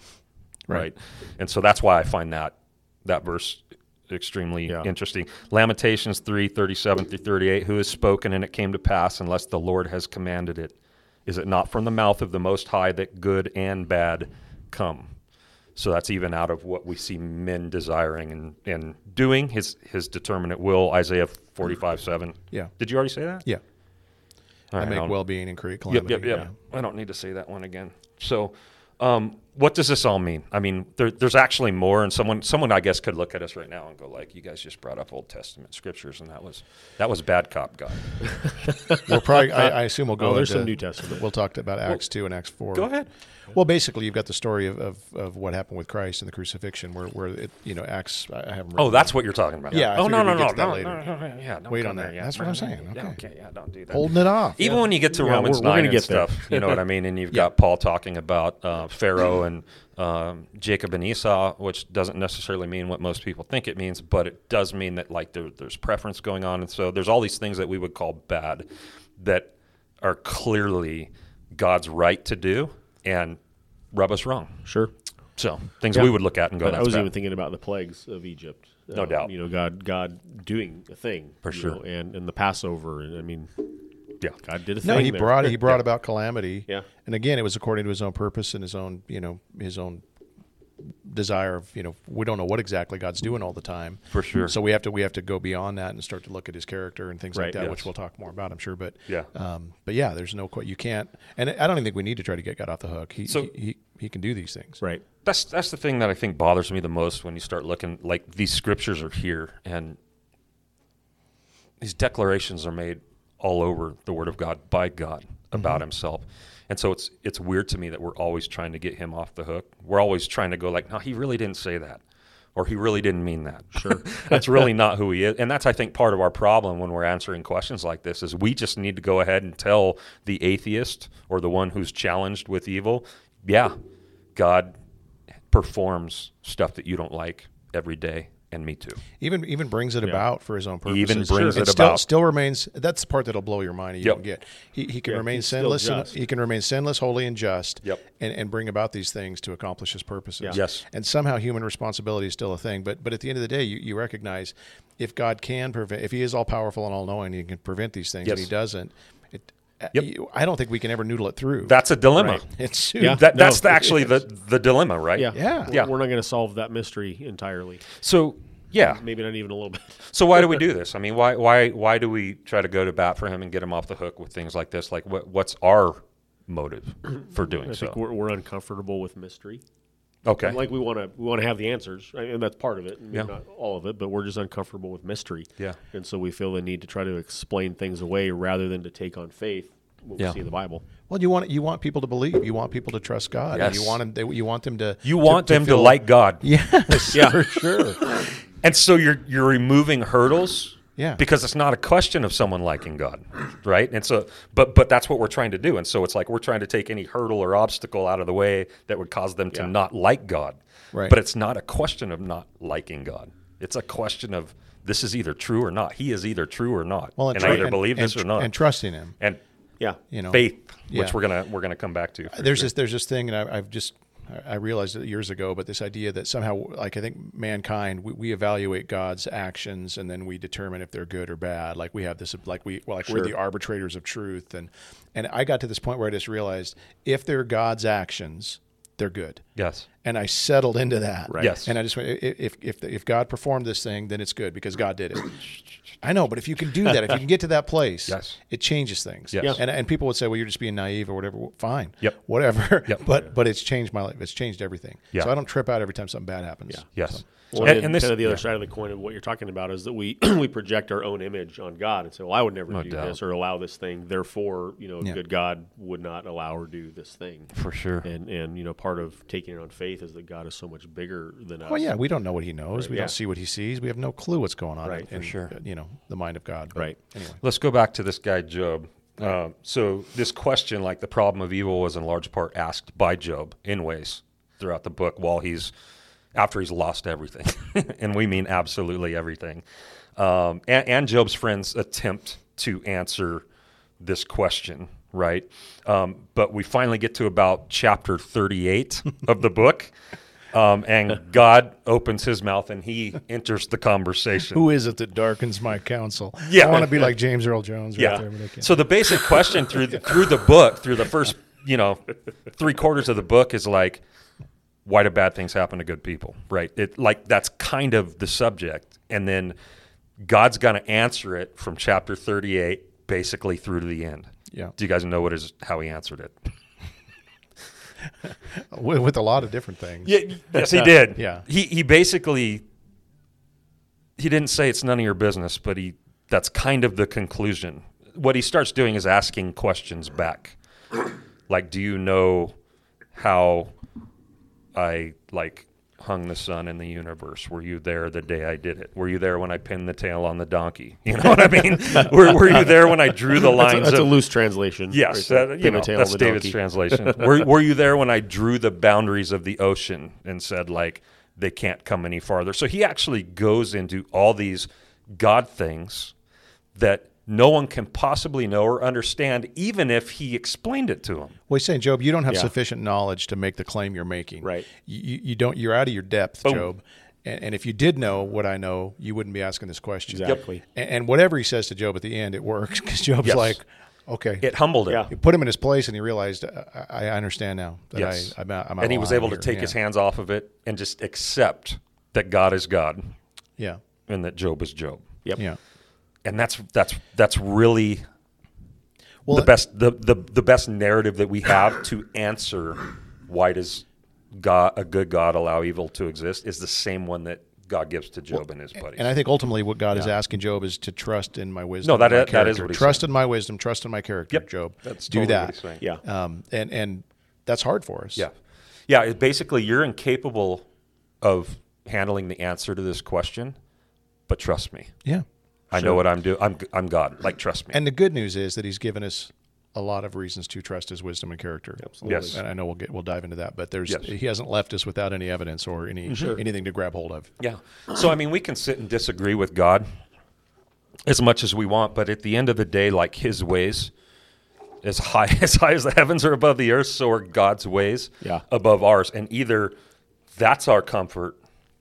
[SPEAKER 4] Right. And so that's why I find that that verse extremely
[SPEAKER 2] Yeah.
[SPEAKER 4] interesting. Lamentations three, thirty seven through thirty eight, who has spoken and it came to pass unless the Lord has commanded it. Is it not from the mouth of the most high that good and bad come? So that's even out of what we see men desiring and, and doing, his his determinate will, Isaiah forty five seven.
[SPEAKER 3] Yeah.
[SPEAKER 4] Did you already say that?
[SPEAKER 3] Yeah.
[SPEAKER 4] All
[SPEAKER 3] I
[SPEAKER 4] right,
[SPEAKER 3] make
[SPEAKER 4] I'll-
[SPEAKER 3] well being and create
[SPEAKER 4] Yep,
[SPEAKER 3] calamity.
[SPEAKER 4] yep, yep. I don't need to say that one again. So, um, what does this all mean? I mean, there, there's actually more, and someone, someone, I guess, could look at us right now and go, like, "You guys just brought up Old Testament scriptures, and that was that was bad cop God."
[SPEAKER 3] We'll probably. I, I assume we'll go.
[SPEAKER 2] Oh, there's
[SPEAKER 3] into-
[SPEAKER 2] some New Testament.
[SPEAKER 3] We'll talk about Acts two and Acts four.
[SPEAKER 4] go ahead.
[SPEAKER 3] Well, basically, you've got the story of, of, of what happened with Christ and the crucifixion, where where it, you know Acts. I I haven't.
[SPEAKER 4] Oh,
[SPEAKER 3] written
[SPEAKER 4] that's what you're talking about.
[SPEAKER 3] Yeah, I
[SPEAKER 4] Oh no
[SPEAKER 3] figured
[SPEAKER 4] no
[SPEAKER 3] we'd
[SPEAKER 4] no
[SPEAKER 3] get to that
[SPEAKER 4] no,
[SPEAKER 3] later.
[SPEAKER 4] no, no, no, yeah. Don't
[SPEAKER 3] Wait
[SPEAKER 4] come
[SPEAKER 3] on
[SPEAKER 4] there
[SPEAKER 3] that.
[SPEAKER 4] yet.
[SPEAKER 3] That's what
[SPEAKER 4] No,
[SPEAKER 3] I'm
[SPEAKER 4] no,
[SPEAKER 3] saying.
[SPEAKER 4] Yeah,
[SPEAKER 3] Okay.
[SPEAKER 4] okay. Yeah. Don't do that.
[SPEAKER 3] it. holding it off.
[SPEAKER 4] Even when you get to
[SPEAKER 2] Yeah,
[SPEAKER 4] Romans
[SPEAKER 2] we're- we're
[SPEAKER 4] 9
[SPEAKER 2] gonna
[SPEAKER 4] and
[SPEAKER 2] get there.
[SPEAKER 4] stuff, you know what I mean? And you've got Paul talking about uh, Pharaoh and um, Jacob and Esau, which doesn't necessarily mean what most people think it means, but it does mean that like there, there's preference going on. And so there's all these things that we would call bad that are clearly God's right to do and rub us wrong.
[SPEAKER 2] Sure.
[SPEAKER 4] So things
[SPEAKER 2] Yeah.
[SPEAKER 4] we would look at and go,
[SPEAKER 2] But
[SPEAKER 4] that's
[SPEAKER 2] I was
[SPEAKER 4] bad.
[SPEAKER 2] even thinking about the plagues of Egypt. Um,
[SPEAKER 4] No doubt.
[SPEAKER 2] You know, God, God doing a thing
[SPEAKER 4] For
[SPEAKER 2] you
[SPEAKER 4] sure.
[SPEAKER 2] know, and and the Passover. And I mean,
[SPEAKER 4] yeah.
[SPEAKER 2] God did a thing.
[SPEAKER 3] No, he
[SPEAKER 2] there.
[SPEAKER 3] brought he brought about calamity.
[SPEAKER 2] Yeah.
[SPEAKER 3] And again, it was according to his own purpose and his own you know his own desire of you know we don't know what exactly God's doing all the time
[SPEAKER 4] For sure.
[SPEAKER 3] So we have to we have to go beyond that and start to look at his character and things like
[SPEAKER 2] Right,
[SPEAKER 3] that,
[SPEAKER 2] yes.
[SPEAKER 3] which we'll talk more about, I'm sure. But
[SPEAKER 4] Yeah.
[SPEAKER 3] um, but yeah, there's no quite you can't, and I don't even think we need to try to get God off the hook. He
[SPEAKER 4] So-
[SPEAKER 3] he, he, he can do these things.
[SPEAKER 2] Right.
[SPEAKER 4] that's that's the thing that I think bothers me the most when you start looking like these scriptures are here and these declarations are made all over the word of God by God about himself. And so it's it's weird to me that we're always trying to get him off the hook. We're always trying to go like, no, he really didn't say that. Or he really didn't mean that. Sure. that's really not who he is. And that's I think part of our problem when we're answering questions like this is we just need to go ahead and tell the atheist or the one who's challenged with evil, yeah, God performs stuff that you don't like every day and me too.
[SPEAKER 3] Even even brings it about for his own purpose.
[SPEAKER 4] Even brings it
[SPEAKER 3] still,
[SPEAKER 4] about.
[SPEAKER 3] Still remains. That's the part that'll blow your mind. and You
[SPEAKER 4] Yep.
[SPEAKER 3] don't get. He, he can
[SPEAKER 2] Yeah,
[SPEAKER 3] remain
[SPEAKER 2] he's still
[SPEAKER 3] sinless. And,
[SPEAKER 2] just.
[SPEAKER 3] he can remain sinless, holy, and just.
[SPEAKER 4] Yep.
[SPEAKER 3] And and bring about these things to accomplish his purposes.
[SPEAKER 2] Yeah.
[SPEAKER 4] Yes.
[SPEAKER 3] And somehow human responsibility is still a thing. But but at the end of the day, you, you recognize if God can prevent, if He is all powerful and all knowing, He can prevent these things, and
[SPEAKER 4] Yes.
[SPEAKER 3] He doesn't. It, uh,
[SPEAKER 4] Yep.
[SPEAKER 3] you- I don't think we can ever noodle it through.
[SPEAKER 4] That's a dilemma.
[SPEAKER 3] it's
[SPEAKER 2] Yeah.
[SPEAKER 4] That,
[SPEAKER 2] No,
[SPEAKER 4] that's the,
[SPEAKER 2] it-
[SPEAKER 4] actually the, the dilemma, right?
[SPEAKER 2] Yeah.
[SPEAKER 3] Yeah.
[SPEAKER 2] We're not going to solve that mystery entirely.
[SPEAKER 4] So, yeah.
[SPEAKER 2] Maybe not even a little bit.
[SPEAKER 4] So why do we do this? I mean, why why why do we try to go to bat for him and get him off the hook with things like this? Like, what what's our motive for doing
[SPEAKER 2] I think
[SPEAKER 4] so?
[SPEAKER 2] we're, we're uncomfortable with mystery.
[SPEAKER 4] Okay,
[SPEAKER 2] Like we want to we want to have the answers, right? and that's part of it. Maybe
[SPEAKER 4] Yeah.
[SPEAKER 2] Not all of it, but we're just uncomfortable with mystery.
[SPEAKER 4] Yeah.
[SPEAKER 2] And so we feel the need to try to explain things away rather than to take on faith what
[SPEAKER 4] Yeah.
[SPEAKER 2] we see in the Bible.
[SPEAKER 3] Well, you want you want people to believe. You want people to trust God. and
[SPEAKER 4] Yes.
[SPEAKER 3] You want them. They, you want them to.
[SPEAKER 4] you want them to,
[SPEAKER 3] feel-
[SPEAKER 4] like God,
[SPEAKER 3] Yes.
[SPEAKER 2] Yeah.
[SPEAKER 3] For sure.
[SPEAKER 4] and so you're you're removing hurdles.
[SPEAKER 3] Yeah.
[SPEAKER 4] Because it's not a question of someone liking God, right? And so, but but that's what we're trying to do. And so it's like we're trying to take any hurdle or obstacle out of the way that would cause them to
[SPEAKER 2] Yeah.
[SPEAKER 4] not like God.
[SPEAKER 3] Right.
[SPEAKER 4] But it's not a question of not liking God. It's a question of this is either true or not. He is either true or not,
[SPEAKER 3] Well,
[SPEAKER 4] and
[SPEAKER 3] tru-
[SPEAKER 4] I either believe this
[SPEAKER 3] and,
[SPEAKER 4] or not.
[SPEAKER 3] and trusting Him.
[SPEAKER 4] and
[SPEAKER 2] Yeah.
[SPEAKER 3] You know,
[SPEAKER 4] faith,
[SPEAKER 3] Yeah.
[SPEAKER 4] which we're gonna we're gonna come back to. for
[SPEAKER 3] there's
[SPEAKER 4] sure.
[SPEAKER 3] this there's this thing, and I, I've just I I realized it years ago, but this idea that somehow, like I think mankind, we, we evaluate God's actions and then we determine if they're good or bad. Like we have this, like we well, like we're the arbitrators of truth, and and I got to this point where I just realized if they're God's actions, they're good.
[SPEAKER 4] yes,
[SPEAKER 3] And I settled into that. Right.
[SPEAKER 4] Yes.
[SPEAKER 3] And I just went, i- if, if, if God performed this thing, then it's good because God did it. I know, but if you can do that, if you can get to that place,
[SPEAKER 4] Yes.
[SPEAKER 3] it changes things.
[SPEAKER 4] Yes. Yeah.
[SPEAKER 3] And, and people would say, well, you're just being naive or whatever. Well, Fine.
[SPEAKER 4] Yep.
[SPEAKER 3] Whatever.
[SPEAKER 4] Yep.
[SPEAKER 3] But, but it's changed my life. It's changed everything.
[SPEAKER 4] Yeah.
[SPEAKER 3] So I don't trip out every time something bad happens. Yeah.
[SPEAKER 4] yes.
[SPEAKER 2] Well,
[SPEAKER 4] And-
[SPEAKER 2] and,
[SPEAKER 4] and this-
[SPEAKER 2] kind of the other
[SPEAKER 4] yeah.
[SPEAKER 2] side of the coin of what you're talking about is that we we project our own image on God and say, "Well, I would never do
[SPEAKER 4] doubt.
[SPEAKER 2] this or allow this thing. Therefore, you know, a
[SPEAKER 3] Yeah.
[SPEAKER 2] good God would not allow or do this thing."
[SPEAKER 4] for sure.
[SPEAKER 2] And and you know, part of taking it on faith is that God is so much bigger than us.
[SPEAKER 3] Well, yeah, we don't know what he knows. we
[SPEAKER 2] yeah.
[SPEAKER 3] don't see what he sees. We have no clue what's going on
[SPEAKER 2] Right,
[SPEAKER 3] in,
[SPEAKER 2] for
[SPEAKER 3] in,
[SPEAKER 4] sure.
[SPEAKER 3] you know, the mind of God. But
[SPEAKER 2] Right.
[SPEAKER 3] Anyway.
[SPEAKER 4] Let's go back to this guy Job. Uh, so this question, like the problem of evil, was in large part asked by Job in ways throughout the book while he's after he's lost everything, and we mean absolutely everything. Um, and, and Job's friends attempt to answer this question, right? Um, but we finally get to about chapter thirty-eight of the book. Um, and God opens his mouth and he enters the conversation.
[SPEAKER 3] Who is it that darkens my counsel?
[SPEAKER 4] Yeah.
[SPEAKER 3] I want to be like James Earl Jones right
[SPEAKER 4] Yeah.
[SPEAKER 3] there, but I can't.
[SPEAKER 4] So the basic question through the, through the book, through the first you know three quarters of the book is like, why do bad things happen to good people? Right. It like that's kind of the subject, and then God's going to answer it from chapter thirty eight basically through to the end.
[SPEAKER 3] Yeah.
[SPEAKER 4] Do you guys know what is how he answered it?
[SPEAKER 3] With, with a lot of different things.
[SPEAKER 4] Yeah, yes, he did.
[SPEAKER 3] Yeah.
[SPEAKER 4] he he basically he didn't say it's none of your business, but he that's kind of the conclusion. What he starts doing is asking questions back, like, "Do you know how I like hung the sun in the universe? Were you there the day I did it? Were you there when I pinned the tail on the donkey? You know what I mean? were, were you there when I drew the
[SPEAKER 2] that's, a,
[SPEAKER 4] lines
[SPEAKER 2] that's a
[SPEAKER 4] of
[SPEAKER 2] loose translation.
[SPEAKER 4] Yes,
[SPEAKER 2] Right?
[SPEAKER 4] that- you
[SPEAKER 2] Pin
[SPEAKER 4] know,
[SPEAKER 2] the tail
[SPEAKER 4] that's
[SPEAKER 2] of the
[SPEAKER 4] David's
[SPEAKER 2] donkey.
[SPEAKER 4] translation. were, were you there when I drew the boundaries of the ocean and said like they can't come any farther? So he actually goes into all these God things that no one can possibly know or understand, even if he explained it to him.
[SPEAKER 3] Well, he's saying, Job, you don't have
[SPEAKER 2] Yeah.
[SPEAKER 3] sufficient knowledge to make the claim you're making.
[SPEAKER 2] Right.
[SPEAKER 3] You, you don't. You're out of your depth, Job. And, and if you did know what I know, you wouldn't be asking this question.
[SPEAKER 2] Exactly.
[SPEAKER 3] And, and whatever he says to Job at the end, it works because Job's
[SPEAKER 4] Yes.
[SPEAKER 3] like, okay,
[SPEAKER 4] It humbled him.
[SPEAKER 2] Yeah.
[SPEAKER 3] It put him in his place, and he realized, I, I I understand now that
[SPEAKER 4] Yes.
[SPEAKER 3] I, I'm, out, I'm out
[SPEAKER 4] and he
[SPEAKER 3] of
[SPEAKER 4] was
[SPEAKER 3] line
[SPEAKER 4] able to
[SPEAKER 3] here."
[SPEAKER 4] take
[SPEAKER 3] yeah.
[SPEAKER 4] his hands off of it and just accept that God is God
[SPEAKER 3] Yeah.
[SPEAKER 4] and that Job is Job.
[SPEAKER 2] Yep.
[SPEAKER 3] Yeah.
[SPEAKER 4] And that's that's that's really
[SPEAKER 3] Well,
[SPEAKER 4] the best the, the the best narrative that we have to answer why does God a good God allow evil to exist is the same one that God gives to Job and his buddies.
[SPEAKER 3] And I think ultimately what God is asking Job is to trust in my wisdom.
[SPEAKER 4] No, that
[SPEAKER 3] and my
[SPEAKER 4] is- that is
[SPEAKER 3] character.
[SPEAKER 4] what he's
[SPEAKER 3] trust in my wisdom, trust in my character.
[SPEAKER 4] Yep.
[SPEAKER 3] Job,
[SPEAKER 4] That's
[SPEAKER 3] do
[SPEAKER 4] totally what
[SPEAKER 3] that.
[SPEAKER 4] he's saying.
[SPEAKER 2] Yeah.
[SPEAKER 3] Um, and and that's hard for us.
[SPEAKER 4] yeah, yeah. It basically, you're incapable of handling the answer to this question, but trust me,
[SPEAKER 3] Yeah.
[SPEAKER 4] I know what I'm doing. I'm I'm God. Like trust me.
[SPEAKER 3] And the good news is that he's given us a lot of reasons to trust his wisdom and character. Absolutely.
[SPEAKER 4] Yes.
[SPEAKER 3] And I know we'll get we'll dive into that, but there's
[SPEAKER 4] Yes.
[SPEAKER 3] he hasn't left us without any evidence or any anything to grab hold of.
[SPEAKER 4] Yeah. So I mean, we can sit and disagree with God as much as we want, but at the end of the day, like His ways, as high as high as the heavens are above the earth, so are God's ways
[SPEAKER 2] Yeah.
[SPEAKER 4] above ours. And either that's our comfort,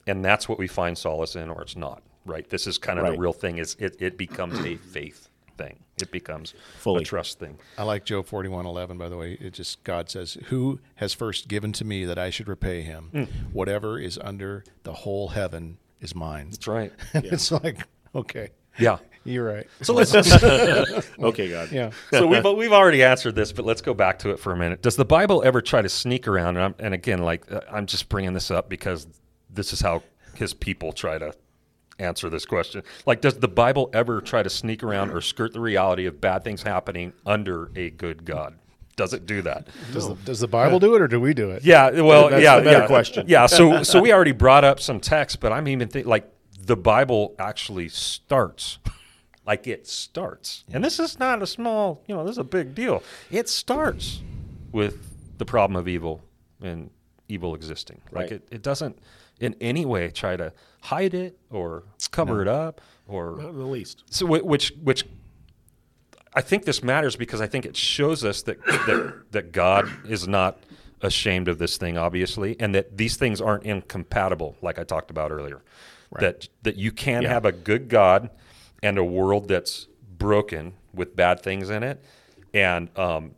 [SPEAKER 4] and that's what we find solace in, or it's not. Right. This is kind of the
[SPEAKER 2] Right.
[SPEAKER 4] real thing. Is it? It becomes a faith thing. It becomes a
[SPEAKER 2] Fully.
[SPEAKER 4] trust thing.
[SPEAKER 3] I like Job 41:11 by the way. It just God says, "Who has first given to me that I should repay
[SPEAKER 4] Mm.
[SPEAKER 3] him? Whatever is under the whole heaven is mine."
[SPEAKER 4] That's right.
[SPEAKER 3] it's like Okay.
[SPEAKER 4] Yeah.
[SPEAKER 3] You're right.
[SPEAKER 2] So let's. okay, God.
[SPEAKER 3] Yeah.
[SPEAKER 4] so we've uh, we've already answered this, but let's go back to it for a minute. Does the Bible ever try to sneak around? And, I'm, and again, like uh, I'm just bringing this up because this is how his people try to answer this question. Like, does the Bible ever try to sneak around or skirt the reality of bad things happening under a good God? Does it do that?
[SPEAKER 3] Does the, does the Bible do it or do we do it?
[SPEAKER 4] Yeah, well,
[SPEAKER 2] That's
[SPEAKER 4] yeah,
[SPEAKER 2] the better
[SPEAKER 4] yeah.
[SPEAKER 2] question.
[SPEAKER 4] Yeah, so so we already brought up some text, but I'm even think like the Bible actually starts, like it starts, and this is not a small, you know, this is a big deal. It starts with the problem of evil and evil existing. Like
[SPEAKER 2] Right.
[SPEAKER 4] it, it doesn't in any way try to hide it or cover it up or
[SPEAKER 2] Not in the least.
[SPEAKER 4] so whi- which which I think this matters because I think it shows us that that, that God is not ashamed of this thing, obviously, and that these things aren't incompatible, like I talked about earlier. That that you can have a good God and a world that's broken with bad things in it, and um,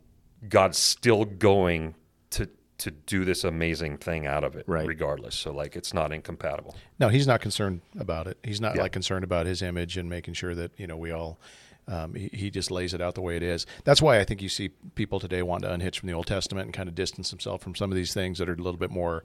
[SPEAKER 4] God's still going to to do this amazing thing out of it,
[SPEAKER 2] Right.
[SPEAKER 4] regardless. So like, it's not incompatible.
[SPEAKER 3] No, he's not concerned about it. He's not like concerned about his image and making sure that you know we all. Um, he, he just lays it out the way it is. That's why I think you see people today want to unhitch from the Old Testament and kind of distance themselves from some of these things that are a little bit more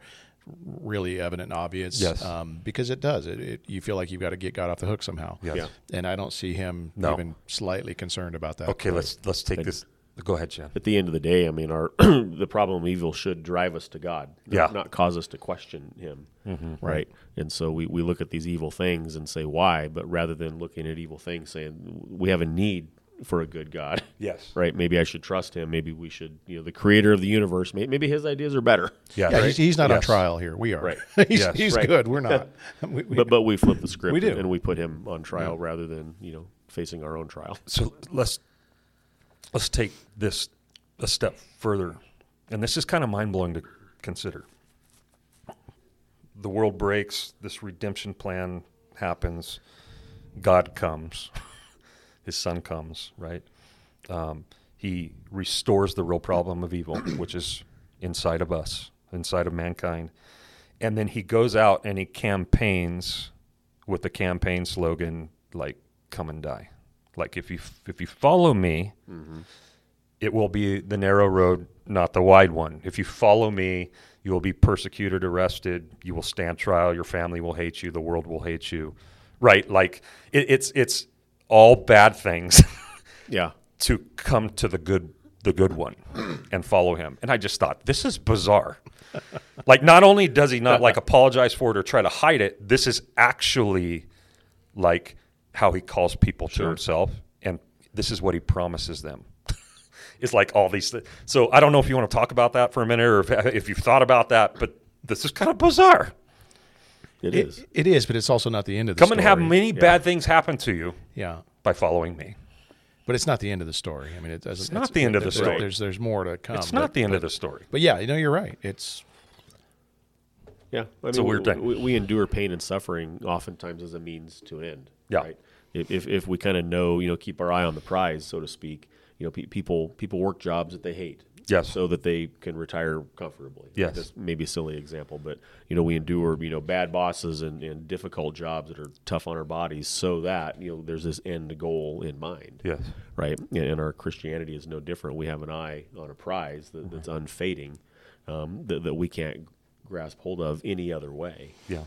[SPEAKER 3] really evident and obvious.
[SPEAKER 4] Yes.
[SPEAKER 3] Um, because it does. It, it you feel like you've got to get God off the hook somehow.
[SPEAKER 4] Yes. Yeah.
[SPEAKER 3] And I don't see him
[SPEAKER 4] No.
[SPEAKER 3] even slightly concerned about that.
[SPEAKER 4] Okay, let's let's take this. Go ahead, Jen.
[SPEAKER 2] At the end of the day, I mean, our the problem of evil should drive us to God, not-
[SPEAKER 4] Yeah.
[SPEAKER 2] not cause us to question Him, Mm-hmm, right? And so we, we look at these evil things and say why, but rather than looking at evil things, saying we have a need for a good God,
[SPEAKER 4] Yes.
[SPEAKER 2] right? Maybe I should trust Him. Maybe we should, you know, the Creator of the universe. May, maybe His ideas are better.
[SPEAKER 4] Yeah,
[SPEAKER 3] Yeah,
[SPEAKER 4] right?
[SPEAKER 3] he's, he's not on
[SPEAKER 4] Yes.
[SPEAKER 3] trial here. We are.
[SPEAKER 2] Right.
[SPEAKER 3] he's
[SPEAKER 4] Yes,
[SPEAKER 3] he's
[SPEAKER 2] right.
[SPEAKER 3] good. We're not. We- we-
[SPEAKER 2] But but we flip the script
[SPEAKER 3] We do.
[SPEAKER 2] And, and we put Him on trial rather than you know facing our own trial.
[SPEAKER 4] so let's let's take this a step further and this is kind of mind-blowing to consider the world breaks this redemption plan happens god comes his son comes right um, he restores the real problem of evil which is inside of us inside of mankind and then he goes out and he campaigns with the campaign slogan like come and die like if you if you follow me it will be the narrow road not the wide one if you follow me you will be persecuted arrested you will stand trial your family will hate you the world will hate you right like it, it's it's all bad things
[SPEAKER 2] Yeah,
[SPEAKER 4] to come to the good the good one and follow him. And I just thought, this is bizarre. like not only does he not like apologize for it or try to hide it, this is actually like how he calls people to himself and this is what he promises them. it's like all these things. So I don't know if you want to talk about that for a minute or if, if you've thought about that, but this is kind of bizarre.
[SPEAKER 2] it is.
[SPEAKER 3] it, it is, but it's also not the end of the
[SPEAKER 4] Come
[SPEAKER 3] story.
[SPEAKER 4] and have many bad things happen to you
[SPEAKER 3] Yeah.
[SPEAKER 4] by following me.
[SPEAKER 3] But it's not the end of the story. I mean, it doesn't. It's
[SPEAKER 4] not the end of the
[SPEAKER 3] there's-
[SPEAKER 4] story.
[SPEAKER 3] There's there's more to come.
[SPEAKER 4] It's not
[SPEAKER 3] Um, But,
[SPEAKER 4] the end of the story.
[SPEAKER 3] but yeah, you know, you're right. It's
[SPEAKER 2] Yeah, I
[SPEAKER 4] a weird
[SPEAKER 2] we,
[SPEAKER 4] thing.
[SPEAKER 2] We, we endure pain and suffering oftentimes as a means to an end.
[SPEAKER 4] Yeah.
[SPEAKER 2] If if, if we kind of know, you know, keep our eye on the prize, so to speak. You know, pe- people people work jobs that they hate.
[SPEAKER 4] Yes.
[SPEAKER 2] So that they can retire comfortably.
[SPEAKER 4] Yes.
[SPEAKER 2] That's maybe a silly example, but you know, we endure you know bad bosses and, and difficult jobs that are tough on our bodies, so that you know there's this end goal in mind
[SPEAKER 4] Yes.
[SPEAKER 2] right? And, and our Christianity is no different. We have an eye on a prize that, that's unfading, um, that, that we can't grasp hold of any other way.
[SPEAKER 4] Yeah.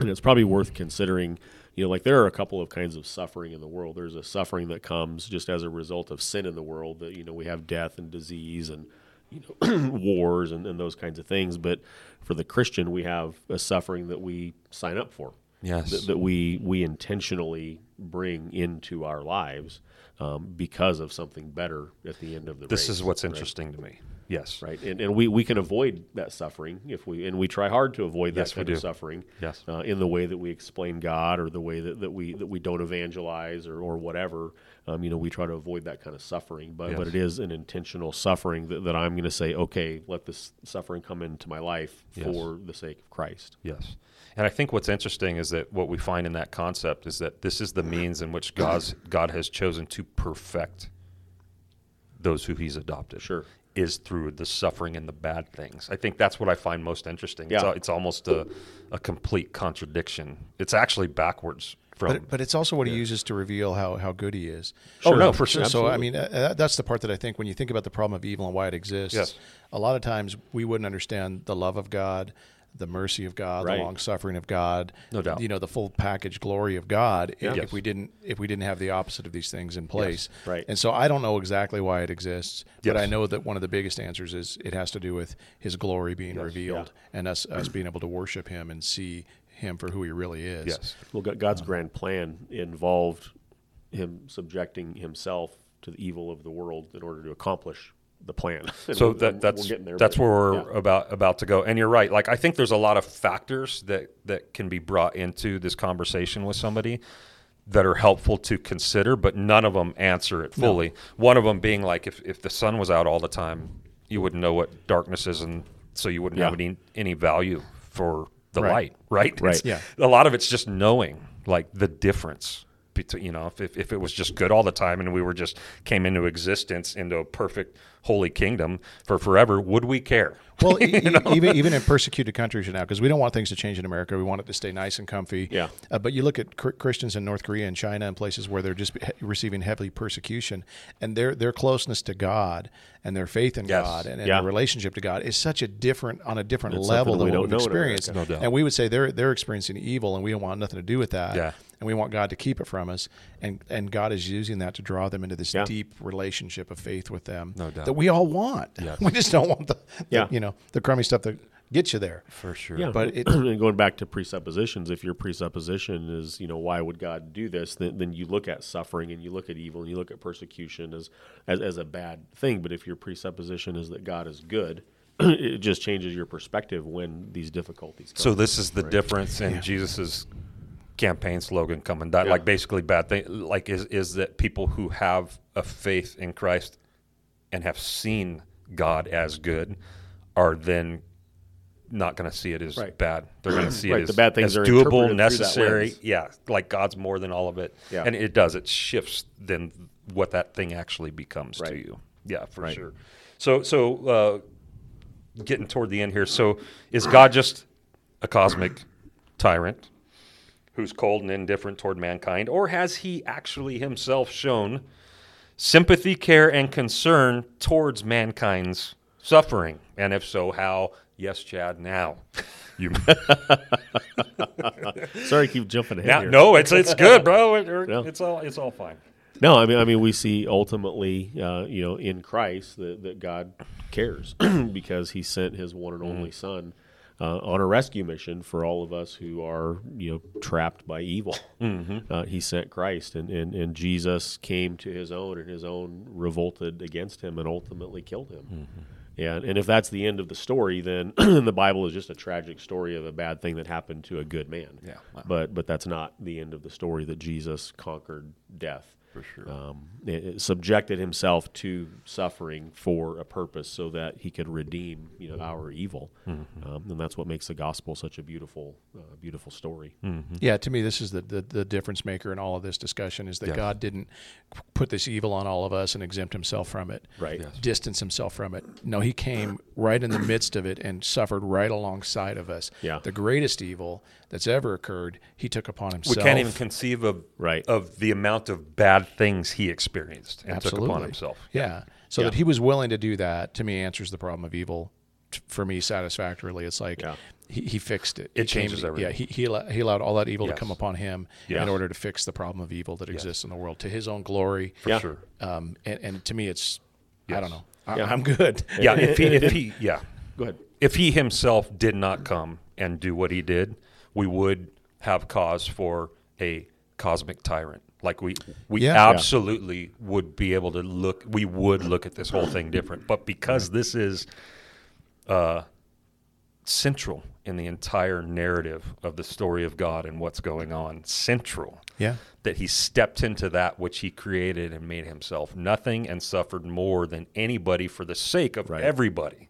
[SPEAKER 2] And it's probably worth considering, you know, like there are a couple of kinds of suffering in the world. There's a suffering that comes just as a result of sin in the world that, you know, we have death and disease and, you know, wars and, and those kinds of things. But for the Christian, we have a suffering that we sign up for
[SPEAKER 4] Yes.
[SPEAKER 2] that, that we we intentionally bring into our lives um, because of something better at the end of the
[SPEAKER 4] This
[SPEAKER 2] race,
[SPEAKER 4] is what's interesting to me. Yes.
[SPEAKER 2] right and, and we, we can avoid that suffering if we and we try hard to avoid that
[SPEAKER 4] Yes, we
[SPEAKER 2] kind of
[SPEAKER 4] do.
[SPEAKER 2] suffering
[SPEAKER 4] Yes.
[SPEAKER 2] uh, in the way that we explain God or the way that, that we that we don't evangelize or, or whatever um, you know we try to avoid that kind of suffering but but it
[SPEAKER 4] Yes.
[SPEAKER 2] is an intentional suffering that, that I'm going to say okay let this suffering come into my life
[SPEAKER 4] Yes.
[SPEAKER 2] for the sake of Christ
[SPEAKER 4] Yes. And I think what's interesting is that what we find in that concept is that this is the means in which God's, God has chosen to perfect those who he's adopted.
[SPEAKER 2] Sure.
[SPEAKER 4] Is through the suffering and the bad things. I think that's what I find most interesting. It's,
[SPEAKER 2] Yeah.
[SPEAKER 4] al- it's almost a, a complete contradiction. It's actually backwards from.
[SPEAKER 3] But, but it's also what he uses to reveal how, how good he is.
[SPEAKER 4] Oh, Sure. no, for sure.
[SPEAKER 3] So, I mean, uh, uh, that's the part that I think when you think about the problem of evil and why it exists,
[SPEAKER 4] Yes.
[SPEAKER 3] a lot of times we wouldn't understand the love of God, the mercy of God,
[SPEAKER 2] Right.
[SPEAKER 3] the long suffering of God,
[SPEAKER 4] No doubt.
[SPEAKER 3] you know, the full package glory of God if,
[SPEAKER 4] Yes.
[SPEAKER 3] if we didn't if we didn't have the opposite of these things in place.
[SPEAKER 2] Right.
[SPEAKER 3] And so I don't know exactly why it exists, but
[SPEAKER 4] Yes.
[SPEAKER 3] I know that one of the biggest answers is it has to do with his glory being revealed and us us being able to worship him and see him for who he really is.
[SPEAKER 4] yes.
[SPEAKER 2] Well, Go- God's grand plan involved him subjecting himself to the evil of the world in order to accomplish the plan. And
[SPEAKER 4] so
[SPEAKER 2] we're-
[SPEAKER 4] that,
[SPEAKER 2] we're
[SPEAKER 4] that's
[SPEAKER 2] getting there,
[SPEAKER 4] that's
[SPEAKER 2] but-
[SPEAKER 4] where we're
[SPEAKER 2] yeah.
[SPEAKER 4] about about to go. And you're right. Like I think there's a lot of factors that that can be brought into this conversation with somebody that are helpful to consider, but none of them answer it fully. One of them being like if if the sun was out all the time, you wouldn't know what darkness is, and so you wouldn't have
[SPEAKER 2] Yeah.
[SPEAKER 4] any any value for the
[SPEAKER 3] Right.
[SPEAKER 4] light, right?
[SPEAKER 2] Right.
[SPEAKER 4] It's- A lot of it's just knowing like the difference between you know if, if, if it was just good all the time and we were just came into existence into a perfect holy kingdom for forever would we care
[SPEAKER 3] Well, e- e- even even in persecuted countries now, because we don't want things to change in America. We want it to stay nice and comfy.
[SPEAKER 2] Yeah.
[SPEAKER 3] Uh, but you look at cr- Christians in North Korea and China and places where they're just he- receiving heavy persecution, and their their closeness to God and their faith in
[SPEAKER 4] Yes.
[SPEAKER 3] God and, and
[SPEAKER 2] Yeah.
[SPEAKER 3] their relationship to God is such a different on a different
[SPEAKER 2] It's
[SPEAKER 3] level
[SPEAKER 2] something
[SPEAKER 3] than
[SPEAKER 2] we
[SPEAKER 3] what
[SPEAKER 2] don't
[SPEAKER 3] we've
[SPEAKER 2] know in
[SPEAKER 3] experienced.
[SPEAKER 2] America.
[SPEAKER 4] No doubt.
[SPEAKER 3] And we would say they're they're experiencing evil, and we don't want nothing to do with that.
[SPEAKER 4] Yeah.
[SPEAKER 3] And we want God to keep it from us, and and God is using that to draw them into this
[SPEAKER 2] Yeah.
[SPEAKER 3] deep relationship of faith with them
[SPEAKER 4] No doubt.
[SPEAKER 3] that we all want.
[SPEAKER 4] Yes.
[SPEAKER 3] We just don't want the, the,
[SPEAKER 2] Yeah.
[SPEAKER 3] you know the crummy stuff that gets you there.
[SPEAKER 4] for sure
[SPEAKER 2] Yeah,
[SPEAKER 3] But it-
[SPEAKER 2] and going back to presuppositions, if your presupposition is, you know, why would God do this? Then, then you look at suffering and you look at evil and you look at persecution as, as as a bad thing. But if your presupposition is that God is good, it just changes your perspective when these difficulties come.
[SPEAKER 4] so this is the difference in jesus's campaign slogan coming that like basically bad thing like is is that people who have a faith in christ and have seen god as good are then not going to see it as
[SPEAKER 2] Right.
[SPEAKER 4] bad. They're going to see
[SPEAKER 2] Right,
[SPEAKER 4] it as,
[SPEAKER 2] the bad things
[SPEAKER 4] as
[SPEAKER 2] are interpreted
[SPEAKER 4] doable,
[SPEAKER 2] through that
[SPEAKER 4] necessary.
[SPEAKER 2] lens.
[SPEAKER 4] Yeah, like God's more than all of it.
[SPEAKER 2] Yeah.
[SPEAKER 4] And it does. It shifts then what that thing actually becomes to
[SPEAKER 2] Right.
[SPEAKER 4] you. Yeah, for sure. So, so uh, getting toward the end here. So, is God just a cosmic tyrant who's cold and indifferent toward mankind, or has He actually Himself shown sympathy, care, and concern towards mankind's suffering? And if so, how? Yes, Chad. Now, you
[SPEAKER 2] Sorry, I keep jumping ahead.
[SPEAKER 4] now,
[SPEAKER 2] here.
[SPEAKER 4] no, it's it's good, bro. It- it-
[SPEAKER 2] Yeah.
[SPEAKER 4] It's all it's all fine.
[SPEAKER 2] No, I mean, I mean, we see ultimately, uh, you know, in Christ that, that God cares because He sent His one and only Son uh, on a rescue mission for all of us who are, you know, trapped by evil. Uh, he sent Christ, and, and and Jesus came to His own, and His own revolted against Him and ultimately killed Him. Yeah, and if that's the end of the story, then the Bible is just a tragic story of a bad thing that happened to a good man.
[SPEAKER 4] Yeah, wow.
[SPEAKER 2] But but that's not the end of the story that Jesus conquered death. For sure. Um, it- it subjected himself to suffering for a purpose so that he could redeem, you know, our evil. Um, and that's what makes the gospel such a beautiful uh, beautiful story.
[SPEAKER 3] Yeah, to me, this is the, the the difference maker in all of this discussion is that God didn't put this evil on all of us and exempt Himself from it,
[SPEAKER 2] Right. Yes.
[SPEAKER 3] Distance Himself from it. No, He came right in the midst of it and suffered right alongside of us.
[SPEAKER 2] Yeah.
[SPEAKER 3] the greatest evil that's ever occurred, He took upon Himself.
[SPEAKER 4] We can't even conceive of
[SPEAKER 2] Right.
[SPEAKER 4] of the amount of bad things he experienced and
[SPEAKER 3] Absolutely.
[SPEAKER 4] took upon himself.
[SPEAKER 3] Yeah. So that he was willing to do that to me answers the problem of evil t- for me satisfactorily. It's like
[SPEAKER 2] Yeah.
[SPEAKER 3] he, he fixed it.
[SPEAKER 4] It
[SPEAKER 3] He came-
[SPEAKER 4] changes everything.
[SPEAKER 3] Yeah. He, he, allo- he allowed all that evil
[SPEAKER 4] Yes.
[SPEAKER 3] to come upon him
[SPEAKER 2] Yes.
[SPEAKER 3] in order to fix the problem of evil that exists in the world to his own glory.
[SPEAKER 2] Yeah.
[SPEAKER 4] Sure.
[SPEAKER 3] Um, and, and to me, it's, I don't know. I,
[SPEAKER 2] Yeah.
[SPEAKER 3] I'm good.
[SPEAKER 4] Yeah, if he if he yeah.
[SPEAKER 2] Go ahead.
[SPEAKER 4] If he himself did not come and do what he did, we would have cause for a cosmic tyrant. Like we we
[SPEAKER 3] Yeah. Yeah.
[SPEAKER 4] absolutely would be able to look we would look at this whole thing different. But because this is uh, central in the entire narrative of the story of God and what's going on. Central.
[SPEAKER 3] Yeah.
[SPEAKER 4] That he stepped into that which he created and made himself nothing and suffered more than anybody for the sake of
[SPEAKER 2] Right.
[SPEAKER 4] everybody.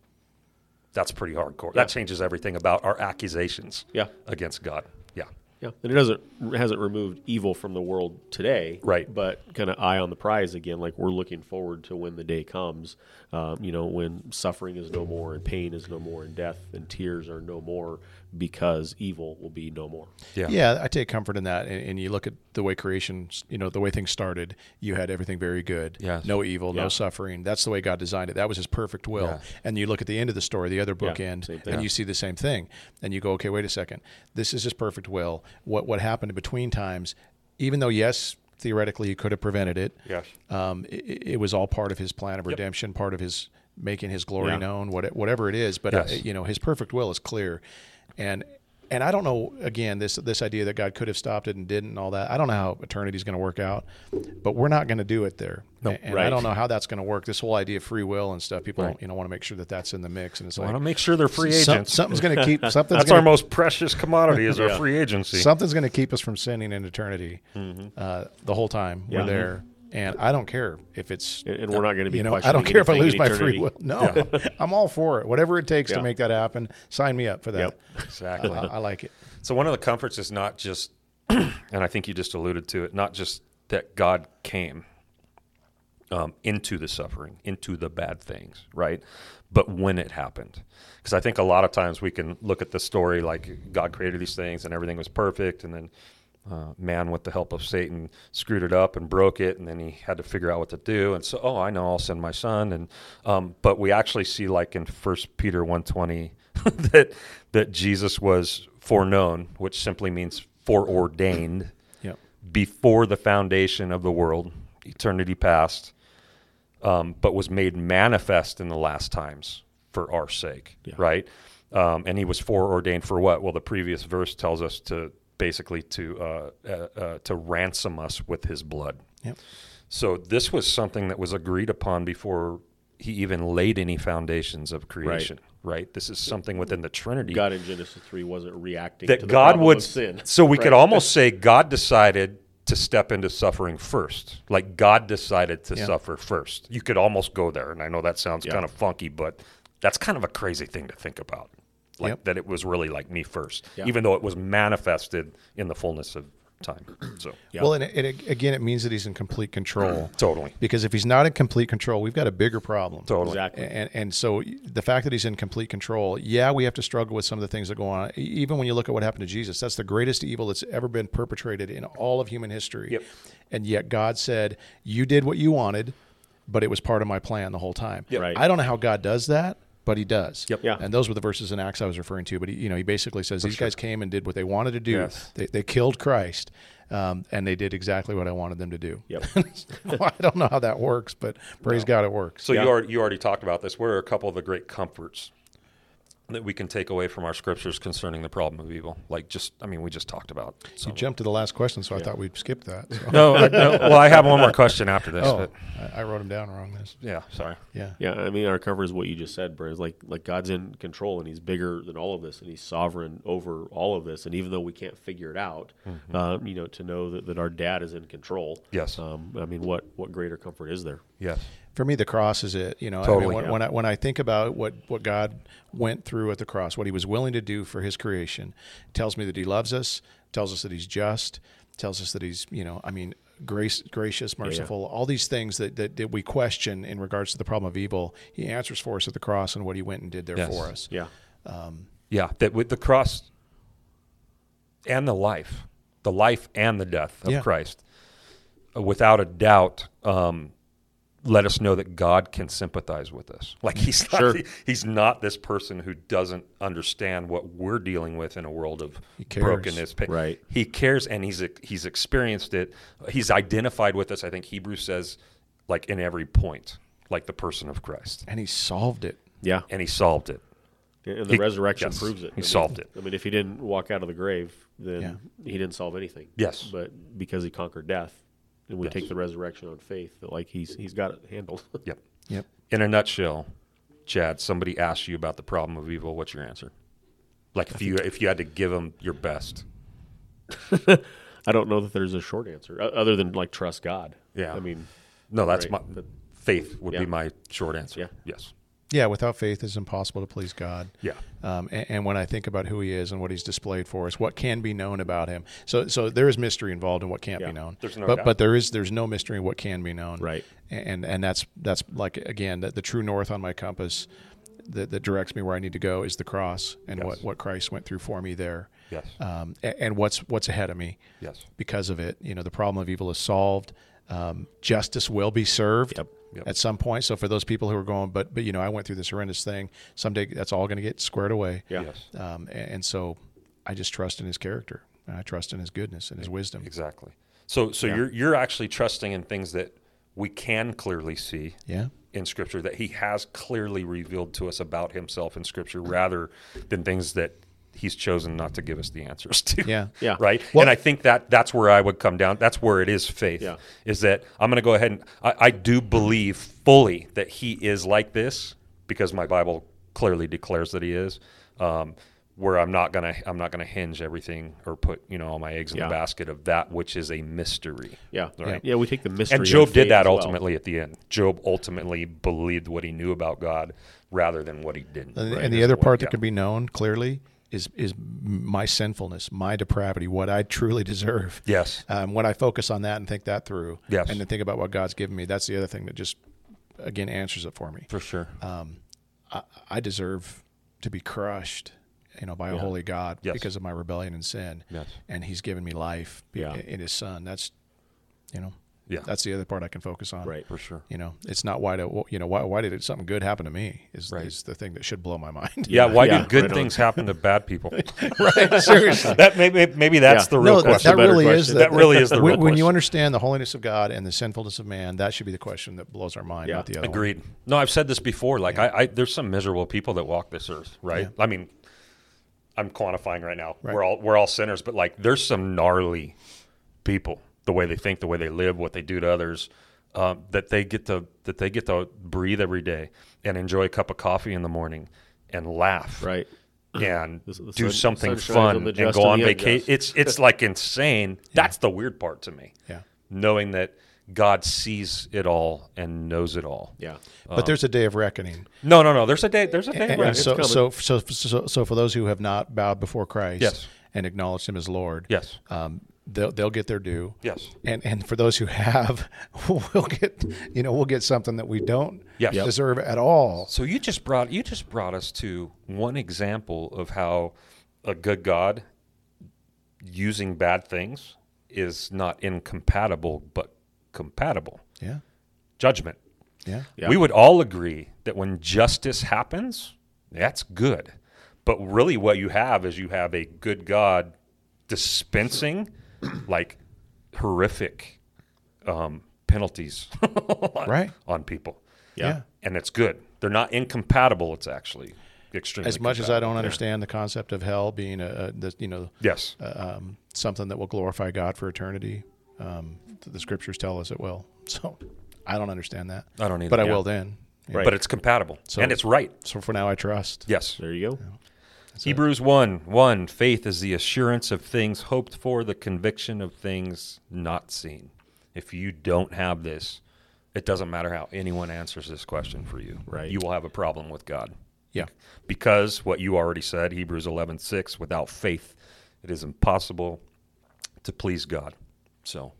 [SPEAKER 4] That's pretty hardcore. That changes everything about our accusations
[SPEAKER 2] Yeah.
[SPEAKER 4] against God. Yeah.
[SPEAKER 2] Yeah, and it doesn't it hasn't removed evil from the world today,
[SPEAKER 4] Right.
[SPEAKER 2] But kind of eye on the prize again. Like we're looking forward to when the day comes, um, you know, when suffering is no more and pain is no more and death and tears are no more. because evil will be no more.
[SPEAKER 4] Yeah.
[SPEAKER 3] Yeah, I take comfort in that. And, and you look at the way creation, you know, the way things started. You had everything very good.
[SPEAKER 4] Yes.
[SPEAKER 3] No evil,
[SPEAKER 2] Yeah.
[SPEAKER 3] no suffering. That's the way God designed it. That was His perfect will.
[SPEAKER 4] Yeah.
[SPEAKER 3] And you look at the end of the story, the other book
[SPEAKER 2] Yeah,
[SPEAKER 3] end,
[SPEAKER 2] same
[SPEAKER 3] and
[SPEAKER 2] thing.
[SPEAKER 3] you see the same thing. And you go, okay, wait a second. This is His perfect will. What what happened between times? Even though, yes, theoretically, He could have prevented it.
[SPEAKER 4] Yes.
[SPEAKER 3] Um, it, it was all part of His plan of redemption, part of His making His glory
[SPEAKER 2] Yeah.
[SPEAKER 3] known, what, whatever it is. But
[SPEAKER 4] Yes.
[SPEAKER 3] uh, you know his perfect will is clear and and i don't know again this this idea that god could have stopped it and didn't and all that i don't know how eternity's going to work out but we're not going to do it there A- and i
[SPEAKER 2] right.
[SPEAKER 3] don't know how that's going to work this whole idea of free will and stuff people
[SPEAKER 4] Right.
[SPEAKER 3] you know want to make sure that that's in the mix and it's
[SPEAKER 4] I want to
[SPEAKER 3] like
[SPEAKER 4] make sure they're free
[SPEAKER 3] some-
[SPEAKER 4] agents.
[SPEAKER 3] something's going to keep something's
[SPEAKER 4] That's
[SPEAKER 3] gonna,
[SPEAKER 4] our most precious commodity is our
[SPEAKER 2] Yeah.
[SPEAKER 4] free agency.
[SPEAKER 3] something's going to keep us from sinning in eternity
[SPEAKER 4] Mm-hmm.
[SPEAKER 3] uh, the whole time
[SPEAKER 2] Yeah.
[SPEAKER 3] we're there and i don't care if it's
[SPEAKER 2] And, and we're not going to be.
[SPEAKER 3] you know, I
[SPEAKER 2] questioning
[SPEAKER 3] don't care if I
[SPEAKER 2] anything
[SPEAKER 3] lose
[SPEAKER 2] in
[SPEAKER 3] my
[SPEAKER 2] eternity.
[SPEAKER 3] free will. No, I'm all for it. Whatever it takes
[SPEAKER 2] Yeah.
[SPEAKER 3] to make that happen, sign me up for that.
[SPEAKER 2] Yep.
[SPEAKER 4] exactly.
[SPEAKER 3] I, I like it.
[SPEAKER 4] So one of the comforts is not just, and I think you just alluded to it, not just that God came um, into the suffering, into the bad things, right? But when it happened, because I think a lot of times we can look at the story like God created these things and everything was perfect, and then uh, man, with the help of Satan, screwed it up and broke it, and then he had to figure out what to do. And so, oh, I know, I'll send my son. And um, but we actually see, like in First Peter one twenty, that that Jesus was foreknown, which simply means foreordained
[SPEAKER 3] Yep.
[SPEAKER 4] before the foundation of the world, eternity past, um, but was made manifest in the last times for our sake, right? Um, and he was foreordained for what? Well, the previous verse tells us to basically to uh, uh, uh, to ransom us with his blood.
[SPEAKER 3] Yep.
[SPEAKER 4] So this was something that was agreed upon before he even laid any foundations of creation, right? This is something within the Trinity
[SPEAKER 2] God in Genesis three wasn't reacting to
[SPEAKER 4] that
[SPEAKER 2] the
[SPEAKER 4] God
[SPEAKER 2] problem
[SPEAKER 4] would
[SPEAKER 2] of sin.
[SPEAKER 4] So we could
[SPEAKER 2] Right.
[SPEAKER 4] almost say God decided to step into suffering first. Like God decided to suffer first. You could almost go there, and I know that sounds kind of funky, but that's kind of a crazy thing to think about. Like
[SPEAKER 3] Yep.
[SPEAKER 4] that it was really like me first, even though it was manifested in the fullness of time. So
[SPEAKER 3] Well, and, it, and it, again, it means that he's in complete control.
[SPEAKER 4] totally,
[SPEAKER 3] Because if he's not in complete control, we've got a bigger problem.
[SPEAKER 4] totally,
[SPEAKER 2] exactly.
[SPEAKER 3] And, and so the fact that he's in complete control, yeah, we have to struggle with some of the things that go on. E- Even when you look at what happened to Jesus, that's the greatest evil that's ever been perpetrated in all of human history.
[SPEAKER 4] Yep.
[SPEAKER 3] And yet God said, You did what you wanted, but it was part of my plan the whole time.
[SPEAKER 4] Yep.
[SPEAKER 2] Right.
[SPEAKER 3] I don't know how God does that. But he does.
[SPEAKER 4] Yep.
[SPEAKER 2] Yeah.
[SPEAKER 3] And those were the verses in Acts I was referring to. But he, you know, he basically says these guys came and did what they wanted to do.
[SPEAKER 4] Yes.
[SPEAKER 3] They, they killed Christ, um, and they did exactly what I wanted them to do.
[SPEAKER 2] Yep.
[SPEAKER 3] Well, I don't know how that works, but praise God, it works.
[SPEAKER 4] So you already, you already talked about this. What are a couple of the great comforts that we can take away from our scriptures concerning the problem of evil? Like just, I mean, we just talked about. some
[SPEAKER 3] You
[SPEAKER 4] of them.
[SPEAKER 3] jumped to the last question, so I thought we'd skip that. So.
[SPEAKER 4] no, I, no, well, I have one more question after this.
[SPEAKER 3] Oh,
[SPEAKER 4] But
[SPEAKER 3] I, I wrote them down wrong. This,
[SPEAKER 4] yeah, sorry.
[SPEAKER 3] yeah,
[SPEAKER 2] Yeah, I mean, our cover is what you just said, Brent. It's Like, like God's in control, and He's bigger than all of this, and He's sovereign over all of this. And even though we can't figure it out, um, you know, to know that, that our Dad is in control.
[SPEAKER 4] Mm-hmm. Yes.
[SPEAKER 2] Um, I mean, what what greater comfort is there?
[SPEAKER 4] Yes.
[SPEAKER 3] for me, the cross is it. You know, I mean,
[SPEAKER 4] Totally,
[SPEAKER 3] when, when I when I think about what what God went through at the cross, what He was willing to do for His creation, tells me that He loves us, tells us that He's just, tells us that He's you know, I mean, grace, gracious, merciful, all these things that, that that we question in regards to the problem of evil. He answers for us at the cross and what He went and did there
[SPEAKER 4] Yes.
[SPEAKER 3] for us.
[SPEAKER 2] Yeah.
[SPEAKER 4] Yeah, that with the cross and the life, the life and the death of
[SPEAKER 3] Yeah.
[SPEAKER 4] Christ, uh, without a doubt, um, let us know that God can sympathize with us. Like he's not,
[SPEAKER 2] Sure.
[SPEAKER 4] he- he's not this person who doesn't understand what we're dealing with in a world of
[SPEAKER 3] cares.
[SPEAKER 4] brokenness. pa-
[SPEAKER 2] Right.
[SPEAKER 4] He cares, and he's he's experienced it. He's identified with us. I think Hebrews says, like in every point, like the person of Christ,
[SPEAKER 3] And He solved it.
[SPEAKER 2] Yeah.
[SPEAKER 4] and he solved it.
[SPEAKER 2] And the
[SPEAKER 4] He-
[SPEAKER 2] resurrection
[SPEAKER 4] yes,
[SPEAKER 2] proves it.
[SPEAKER 4] he
[SPEAKER 2] I mean-
[SPEAKER 4] solved it.
[SPEAKER 2] I mean, if he didn't walk out of the grave, then
[SPEAKER 3] Yeah.
[SPEAKER 2] he didn't solve anything.
[SPEAKER 4] Yes.
[SPEAKER 2] But because he conquered death, and we take the resurrection on faith that like he's he's got it handled.
[SPEAKER 4] Yep.
[SPEAKER 3] Yep.
[SPEAKER 4] in a nutshell, Chad, somebody asks you about the problem of evil. What's your answer? Like if you if you had to give them your best.
[SPEAKER 2] I don't know that there's a short answer o- other than like trust God.
[SPEAKER 4] Yeah.
[SPEAKER 2] I mean,
[SPEAKER 4] No, that's
[SPEAKER 2] Right,
[SPEAKER 4] my
[SPEAKER 2] but-
[SPEAKER 4] faith would
[SPEAKER 2] Yeah.
[SPEAKER 4] be my short answer.
[SPEAKER 2] Yeah.
[SPEAKER 4] Yes.
[SPEAKER 3] Yeah, without faith, it's impossible to please God.
[SPEAKER 4] Yeah.
[SPEAKER 3] Um, and, and when I think about who He is and what He's displayed for us, what can be known about Him? So, so there is mystery involved in what can't
[SPEAKER 2] Yeah,
[SPEAKER 3] be known.
[SPEAKER 4] there's no
[SPEAKER 3] but
[SPEAKER 4] doubt.
[SPEAKER 3] but there is there's no mystery in what can be known.
[SPEAKER 2] Right.
[SPEAKER 3] And and that's that's like again that the true north on my compass that, that directs me where I need to go is the cross and what, what Christ went through for me there.
[SPEAKER 4] Yes.
[SPEAKER 3] Um, a- and, what's what's ahead of me.
[SPEAKER 4] Yes.
[SPEAKER 3] Because of it, you know, the problem of evil is solved. Um, justice will be served
[SPEAKER 4] Yep.
[SPEAKER 3] at some point. So for those people who are going, but but you know, I went through this horrendous thing. Someday that's all going to get squared away.
[SPEAKER 2] Yeah.
[SPEAKER 4] Yes.
[SPEAKER 3] Um, a- and, so I just trust in His character. And I trust in His goodness and His wisdom.
[SPEAKER 4] Exactly. So so you're you're actually trusting in things that we can clearly see
[SPEAKER 3] Yeah.
[SPEAKER 4] in scripture that he has clearly revealed to us about himself in scripture rather than things that he's chosen not to give us the answers to.
[SPEAKER 3] Yeah.
[SPEAKER 2] Yeah.
[SPEAKER 4] Right? and I think that that's where I would come down. That's where it is faith.
[SPEAKER 2] Yeah.
[SPEAKER 4] Is that I'm going to go ahead and I, I do believe fully that he is like this because my Bible clearly declares that he is. Um, where I'm not gonna I'm not gonna hinge everything or put you know all my eggs in
[SPEAKER 2] Yeah.
[SPEAKER 4] the basket of that which is a mystery.
[SPEAKER 2] Yeah.
[SPEAKER 4] Right.
[SPEAKER 2] Yeah. We take the mystery.
[SPEAKER 4] And
[SPEAKER 2] out of
[SPEAKER 4] Job did
[SPEAKER 2] faith
[SPEAKER 4] that
[SPEAKER 2] as well.
[SPEAKER 4] ultimately at the end. Job ultimately believed what he knew about God rather than what he didn't.
[SPEAKER 3] And,
[SPEAKER 4] right?
[SPEAKER 3] and the
[SPEAKER 4] Is
[SPEAKER 3] other
[SPEAKER 4] what-
[SPEAKER 3] part
[SPEAKER 4] yeah.
[SPEAKER 3] that can be known clearly is is my sinfulness, my depravity, what I truly deserve.
[SPEAKER 4] Yes.
[SPEAKER 3] Um, when I focus on that and think that through,
[SPEAKER 4] Yes.
[SPEAKER 3] and then think about what God's given me, that's the other thing that just again answers it for me.
[SPEAKER 4] for sure.
[SPEAKER 3] I, I deserve to be crushed, you know, by a holy God
[SPEAKER 4] Yes.
[SPEAKER 3] because of my rebellion and sin.
[SPEAKER 4] Yes.
[SPEAKER 3] And He's given me life
[SPEAKER 2] Yeah.
[SPEAKER 3] i- in His Son. That's, you know,
[SPEAKER 4] Yeah.
[SPEAKER 3] that's the other part I can focus on.
[SPEAKER 2] Right.
[SPEAKER 4] for sure.
[SPEAKER 3] You know, it's not why do you know why why did it, something good happen to me is
[SPEAKER 4] Right.
[SPEAKER 3] is the thing that should blow my mind.
[SPEAKER 4] Yeah, why
[SPEAKER 2] Yeah,
[SPEAKER 4] do good
[SPEAKER 2] right on.
[SPEAKER 4] things happen to bad people?
[SPEAKER 3] right. Seriously.
[SPEAKER 4] that maybe maybe that's
[SPEAKER 2] Yeah.
[SPEAKER 4] the real
[SPEAKER 3] no, that-
[SPEAKER 4] question.
[SPEAKER 3] That, really is
[SPEAKER 2] question.
[SPEAKER 3] the,
[SPEAKER 4] That really is
[SPEAKER 3] when,
[SPEAKER 4] the real
[SPEAKER 3] when you
[SPEAKER 4] question.
[SPEAKER 3] understand the holiness of God and the sinfulness of man, that should be the question that blows our mind,
[SPEAKER 2] Yeah.
[SPEAKER 3] not the other. one.
[SPEAKER 4] Agreed. No, I've said this before. Like I, I, there's some miserable people that walk this earth, right? I mean, I'm quantifying right now.
[SPEAKER 3] Right.
[SPEAKER 4] We're all we're all sinners, but like there's some gnarly people. The way they think, the way they live, what they do to others, um, that they get to that they get to breathe every day and enjoy a cup of coffee in the morning and laugh,
[SPEAKER 2] Right.
[SPEAKER 4] and
[SPEAKER 2] The s- the
[SPEAKER 4] do
[SPEAKER 2] sun-
[SPEAKER 4] something
[SPEAKER 2] sun shines on
[SPEAKER 4] fun
[SPEAKER 2] the
[SPEAKER 4] and
[SPEAKER 2] just
[SPEAKER 4] go
[SPEAKER 2] and
[SPEAKER 4] on
[SPEAKER 2] the
[SPEAKER 4] vacation.
[SPEAKER 2] unjust.
[SPEAKER 4] It's it's like insane. That's the weird part to me.
[SPEAKER 3] Yeah.
[SPEAKER 4] knowing that God sees it all and knows it all.
[SPEAKER 2] Yeah.
[SPEAKER 3] But there's a day of reckoning.
[SPEAKER 4] No, no, no. There's a day. There's a day.
[SPEAKER 3] And-
[SPEAKER 4] where
[SPEAKER 3] and
[SPEAKER 4] Uh-huh. it's
[SPEAKER 3] so,
[SPEAKER 4] coming.
[SPEAKER 3] so, so, so, so for those who have not bowed before Christ
[SPEAKER 4] Yes.
[SPEAKER 3] and acknowledged Him as Lord,
[SPEAKER 4] yes,
[SPEAKER 2] Uh,
[SPEAKER 3] um, they'll they'll get their due.
[SPEAKER 4] Yes.
[SPEAKER 3] And and for those who have, we'll get you know we'll get something that we don't
[SPEAKER 4] Yes. Yep.
[SPEAKER 3] deserve at all.
[SPEAKER 4] So you just brought you just brought us to one example of how a good God using bad things is not incompatible but compatible.
[SPEAKER 3] Yeah.
[SPEAKER 4] Judgment.
[SPEAKER 3] Yeah.
[SPEAKER 2] Yeah.
[SPEAKER 4] We would all agree that when justice happens, that's good. But really what you have is you have a good God dispensing like horrific um, penalties on,
[SPEAKER 3] Right.
[SPEAKER 4] on people.
[SPEAKER 2] Yeah.
[SPEAKER 3] Yeah.
[SPEAKER 4] and it's good. They're not incompatible. It's actually extremely
[SPEAKER 3] As much as I
[SPEAKER 4] compatible.
[SPEAKER 3] don't understand the concept of hell being a, a the, you know
[SPEAKER 4] Yes,
[SPEAKER 3] um, something that will glorify God for eternity. Um, th- the scriptures tell us it will. So I don't understand that.
[SPEAKER 4] I don't either,
[SPEAKER 3] But I
[SPEAKER 4] yeah.
[SPEAKER 3] will then. Yeah.
[SPEAKER 4] but it's compatible and it's right.
[SPEAKER 3] So for now, I trust.
[SPEAKER 4] Yes.
[SPEAKER 2] There you go.
[SPEAKER 4] Hebrews 1 1 Faith is the assurance of things hoped for, the conviction of things not seen. If you don't have this, it doesn't matter how anyone answers this question for you.
[SPEAKER 2] Right.
[SPEAKER 4] You will have a problem with God.
[SPEAKER 3] Yeah.
[SPEAKER 4] Because what you already said, Hebrews eleven six. without faith, it is impossible to please God. So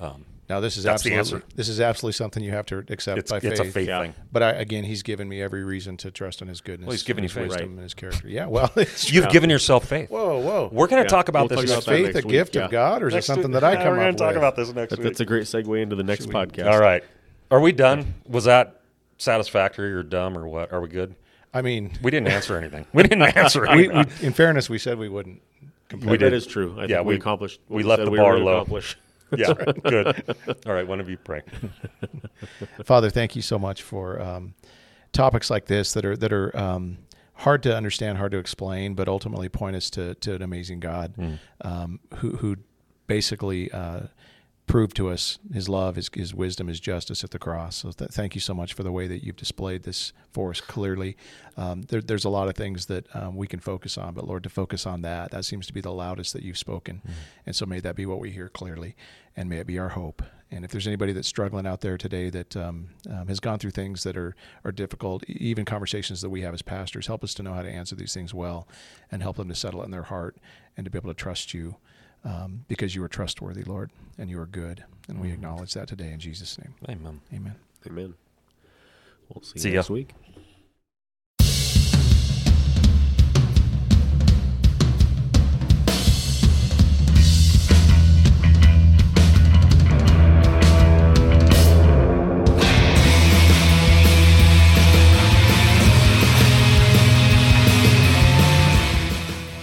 [SPEAKER 4] um,
[SPEAKER 3] Now this is
[SPEAKER 4] That's the
[SPEAKER 3] absolutely
[SPEAKER 4] answer.
[SPEAKER 3] this is absolutely something you have to accept
[SPEAKER 4] it's,
[SPEAKER 3] by faith.
[SPEAKER 4] it's a faith
[SPEAKER 2] Yeah.
[SPEAKER 4] thing.
[SPEAKER 3] But I, again, he's given me every reason to trust in his goodness.
[SPEAKER 4] Well, he's given
[SPEAKER 3] and
[SPEAKER 4] you
[SPEAKER 3] his
[SPEAKER 4] faith.
[SPEAKER 3] wisdom
[SPEAKER 2] Right.
[SPEAKER 3] and his character. Yeah. Well, it's
[SPEAKER 4] You've given yourself faith.
[SPEAKER 3] whoa, whoa.
[SPEAKER 4] We're going to
[SPEAKER 2] Yeah,
[SPEAKER 4] talk about
[SPEAKER 2] we'll
[SPEAKER 4] this.
[SPEAKER 2] talk
[SPEAKER 4] next
[SPEAKER 2] about that
[SPEAKER 3] faith
[SPEAKER 2] next
[SPEAKER 3] a
[SPEAKER 2] week,
[SPEAKER 3] gift
[SPEAKER 2] yeah.
[SPEAKER 3] of God, or is it something that I come
[SPEAKER 4] We're
[SPEAKER 3] up
[SPEAKER 4] going
[SPEAKER 3] with?
[SPEAKER 4] to talk about this next
[SPEAKER 2] That,
[SPEAKER 4] week.
[SPEAKER 2] that's a great segue into the next podcast.
[SPEAKER 4] All right. Are we done? Was that satisfactory or dumb or what? Are we good?
[SPEAKER 3] I mean,
[SPEAKER 4] We didn't answer anything. We didn't answer
[SPEAKER 3] we,
[SPEAKER 4] anything.
[SPEAKER 3] we, in fairness, we said we wouldn't.
[SPEAKER 2] We did. That is true. I
[SPEAKER 4] Yeah,
[SPEAKER 2] think we,
[SPEAKER 4] we-
[SPEAKER 2] accomplished. what
[SPEAKER 4] we left
[SPEAKER 2] said
[SPEAKER 4] the
[SPEAKER 2] were
[SPEAKER 4] bar
[SPEAKER 2] gonna
[SPEAKER 4] low.
[SPEAKER 2] accomplish.
[SPEAKER 4] yeah, good. All right, one of you pray.
[SPEAKER 3] Father, thank you so much for um, topics like this that are that are um, hard to understand, hard to explain, but ultimately point us to to an amazing God um, who who basically. Uh, proved to us his love, his, his wisdom, his justice at the cross. So th- thank you so much for the way that you've displayed this for us clearly. Um, there, there's a lot of things that um, we can focus on, but Lord, to focus on that, that seems to be the loudest that you've spoken. And so may that be what we hear clearly, and may it be our hope. And if there's anybody that's struggling out there today that um, um, has gone through things that are, are difficult, e- even conversations that we have as pastors, help us to know how to answer these things well and help them to settle it in their heart and to be able to trust you um, because you are trustworthy, Lord, and you are good. And we acknowledge that today in Jesus' name.
[SPEAKER 4] Amen.
[SPEAKER 3] Amen.
[SPEAKER 2] Amen. We'll see,
[SPEAKER 4] See
[SPEAKER 2] you
[SPEAKER 4] ya.
[SPEAKER 2] next week.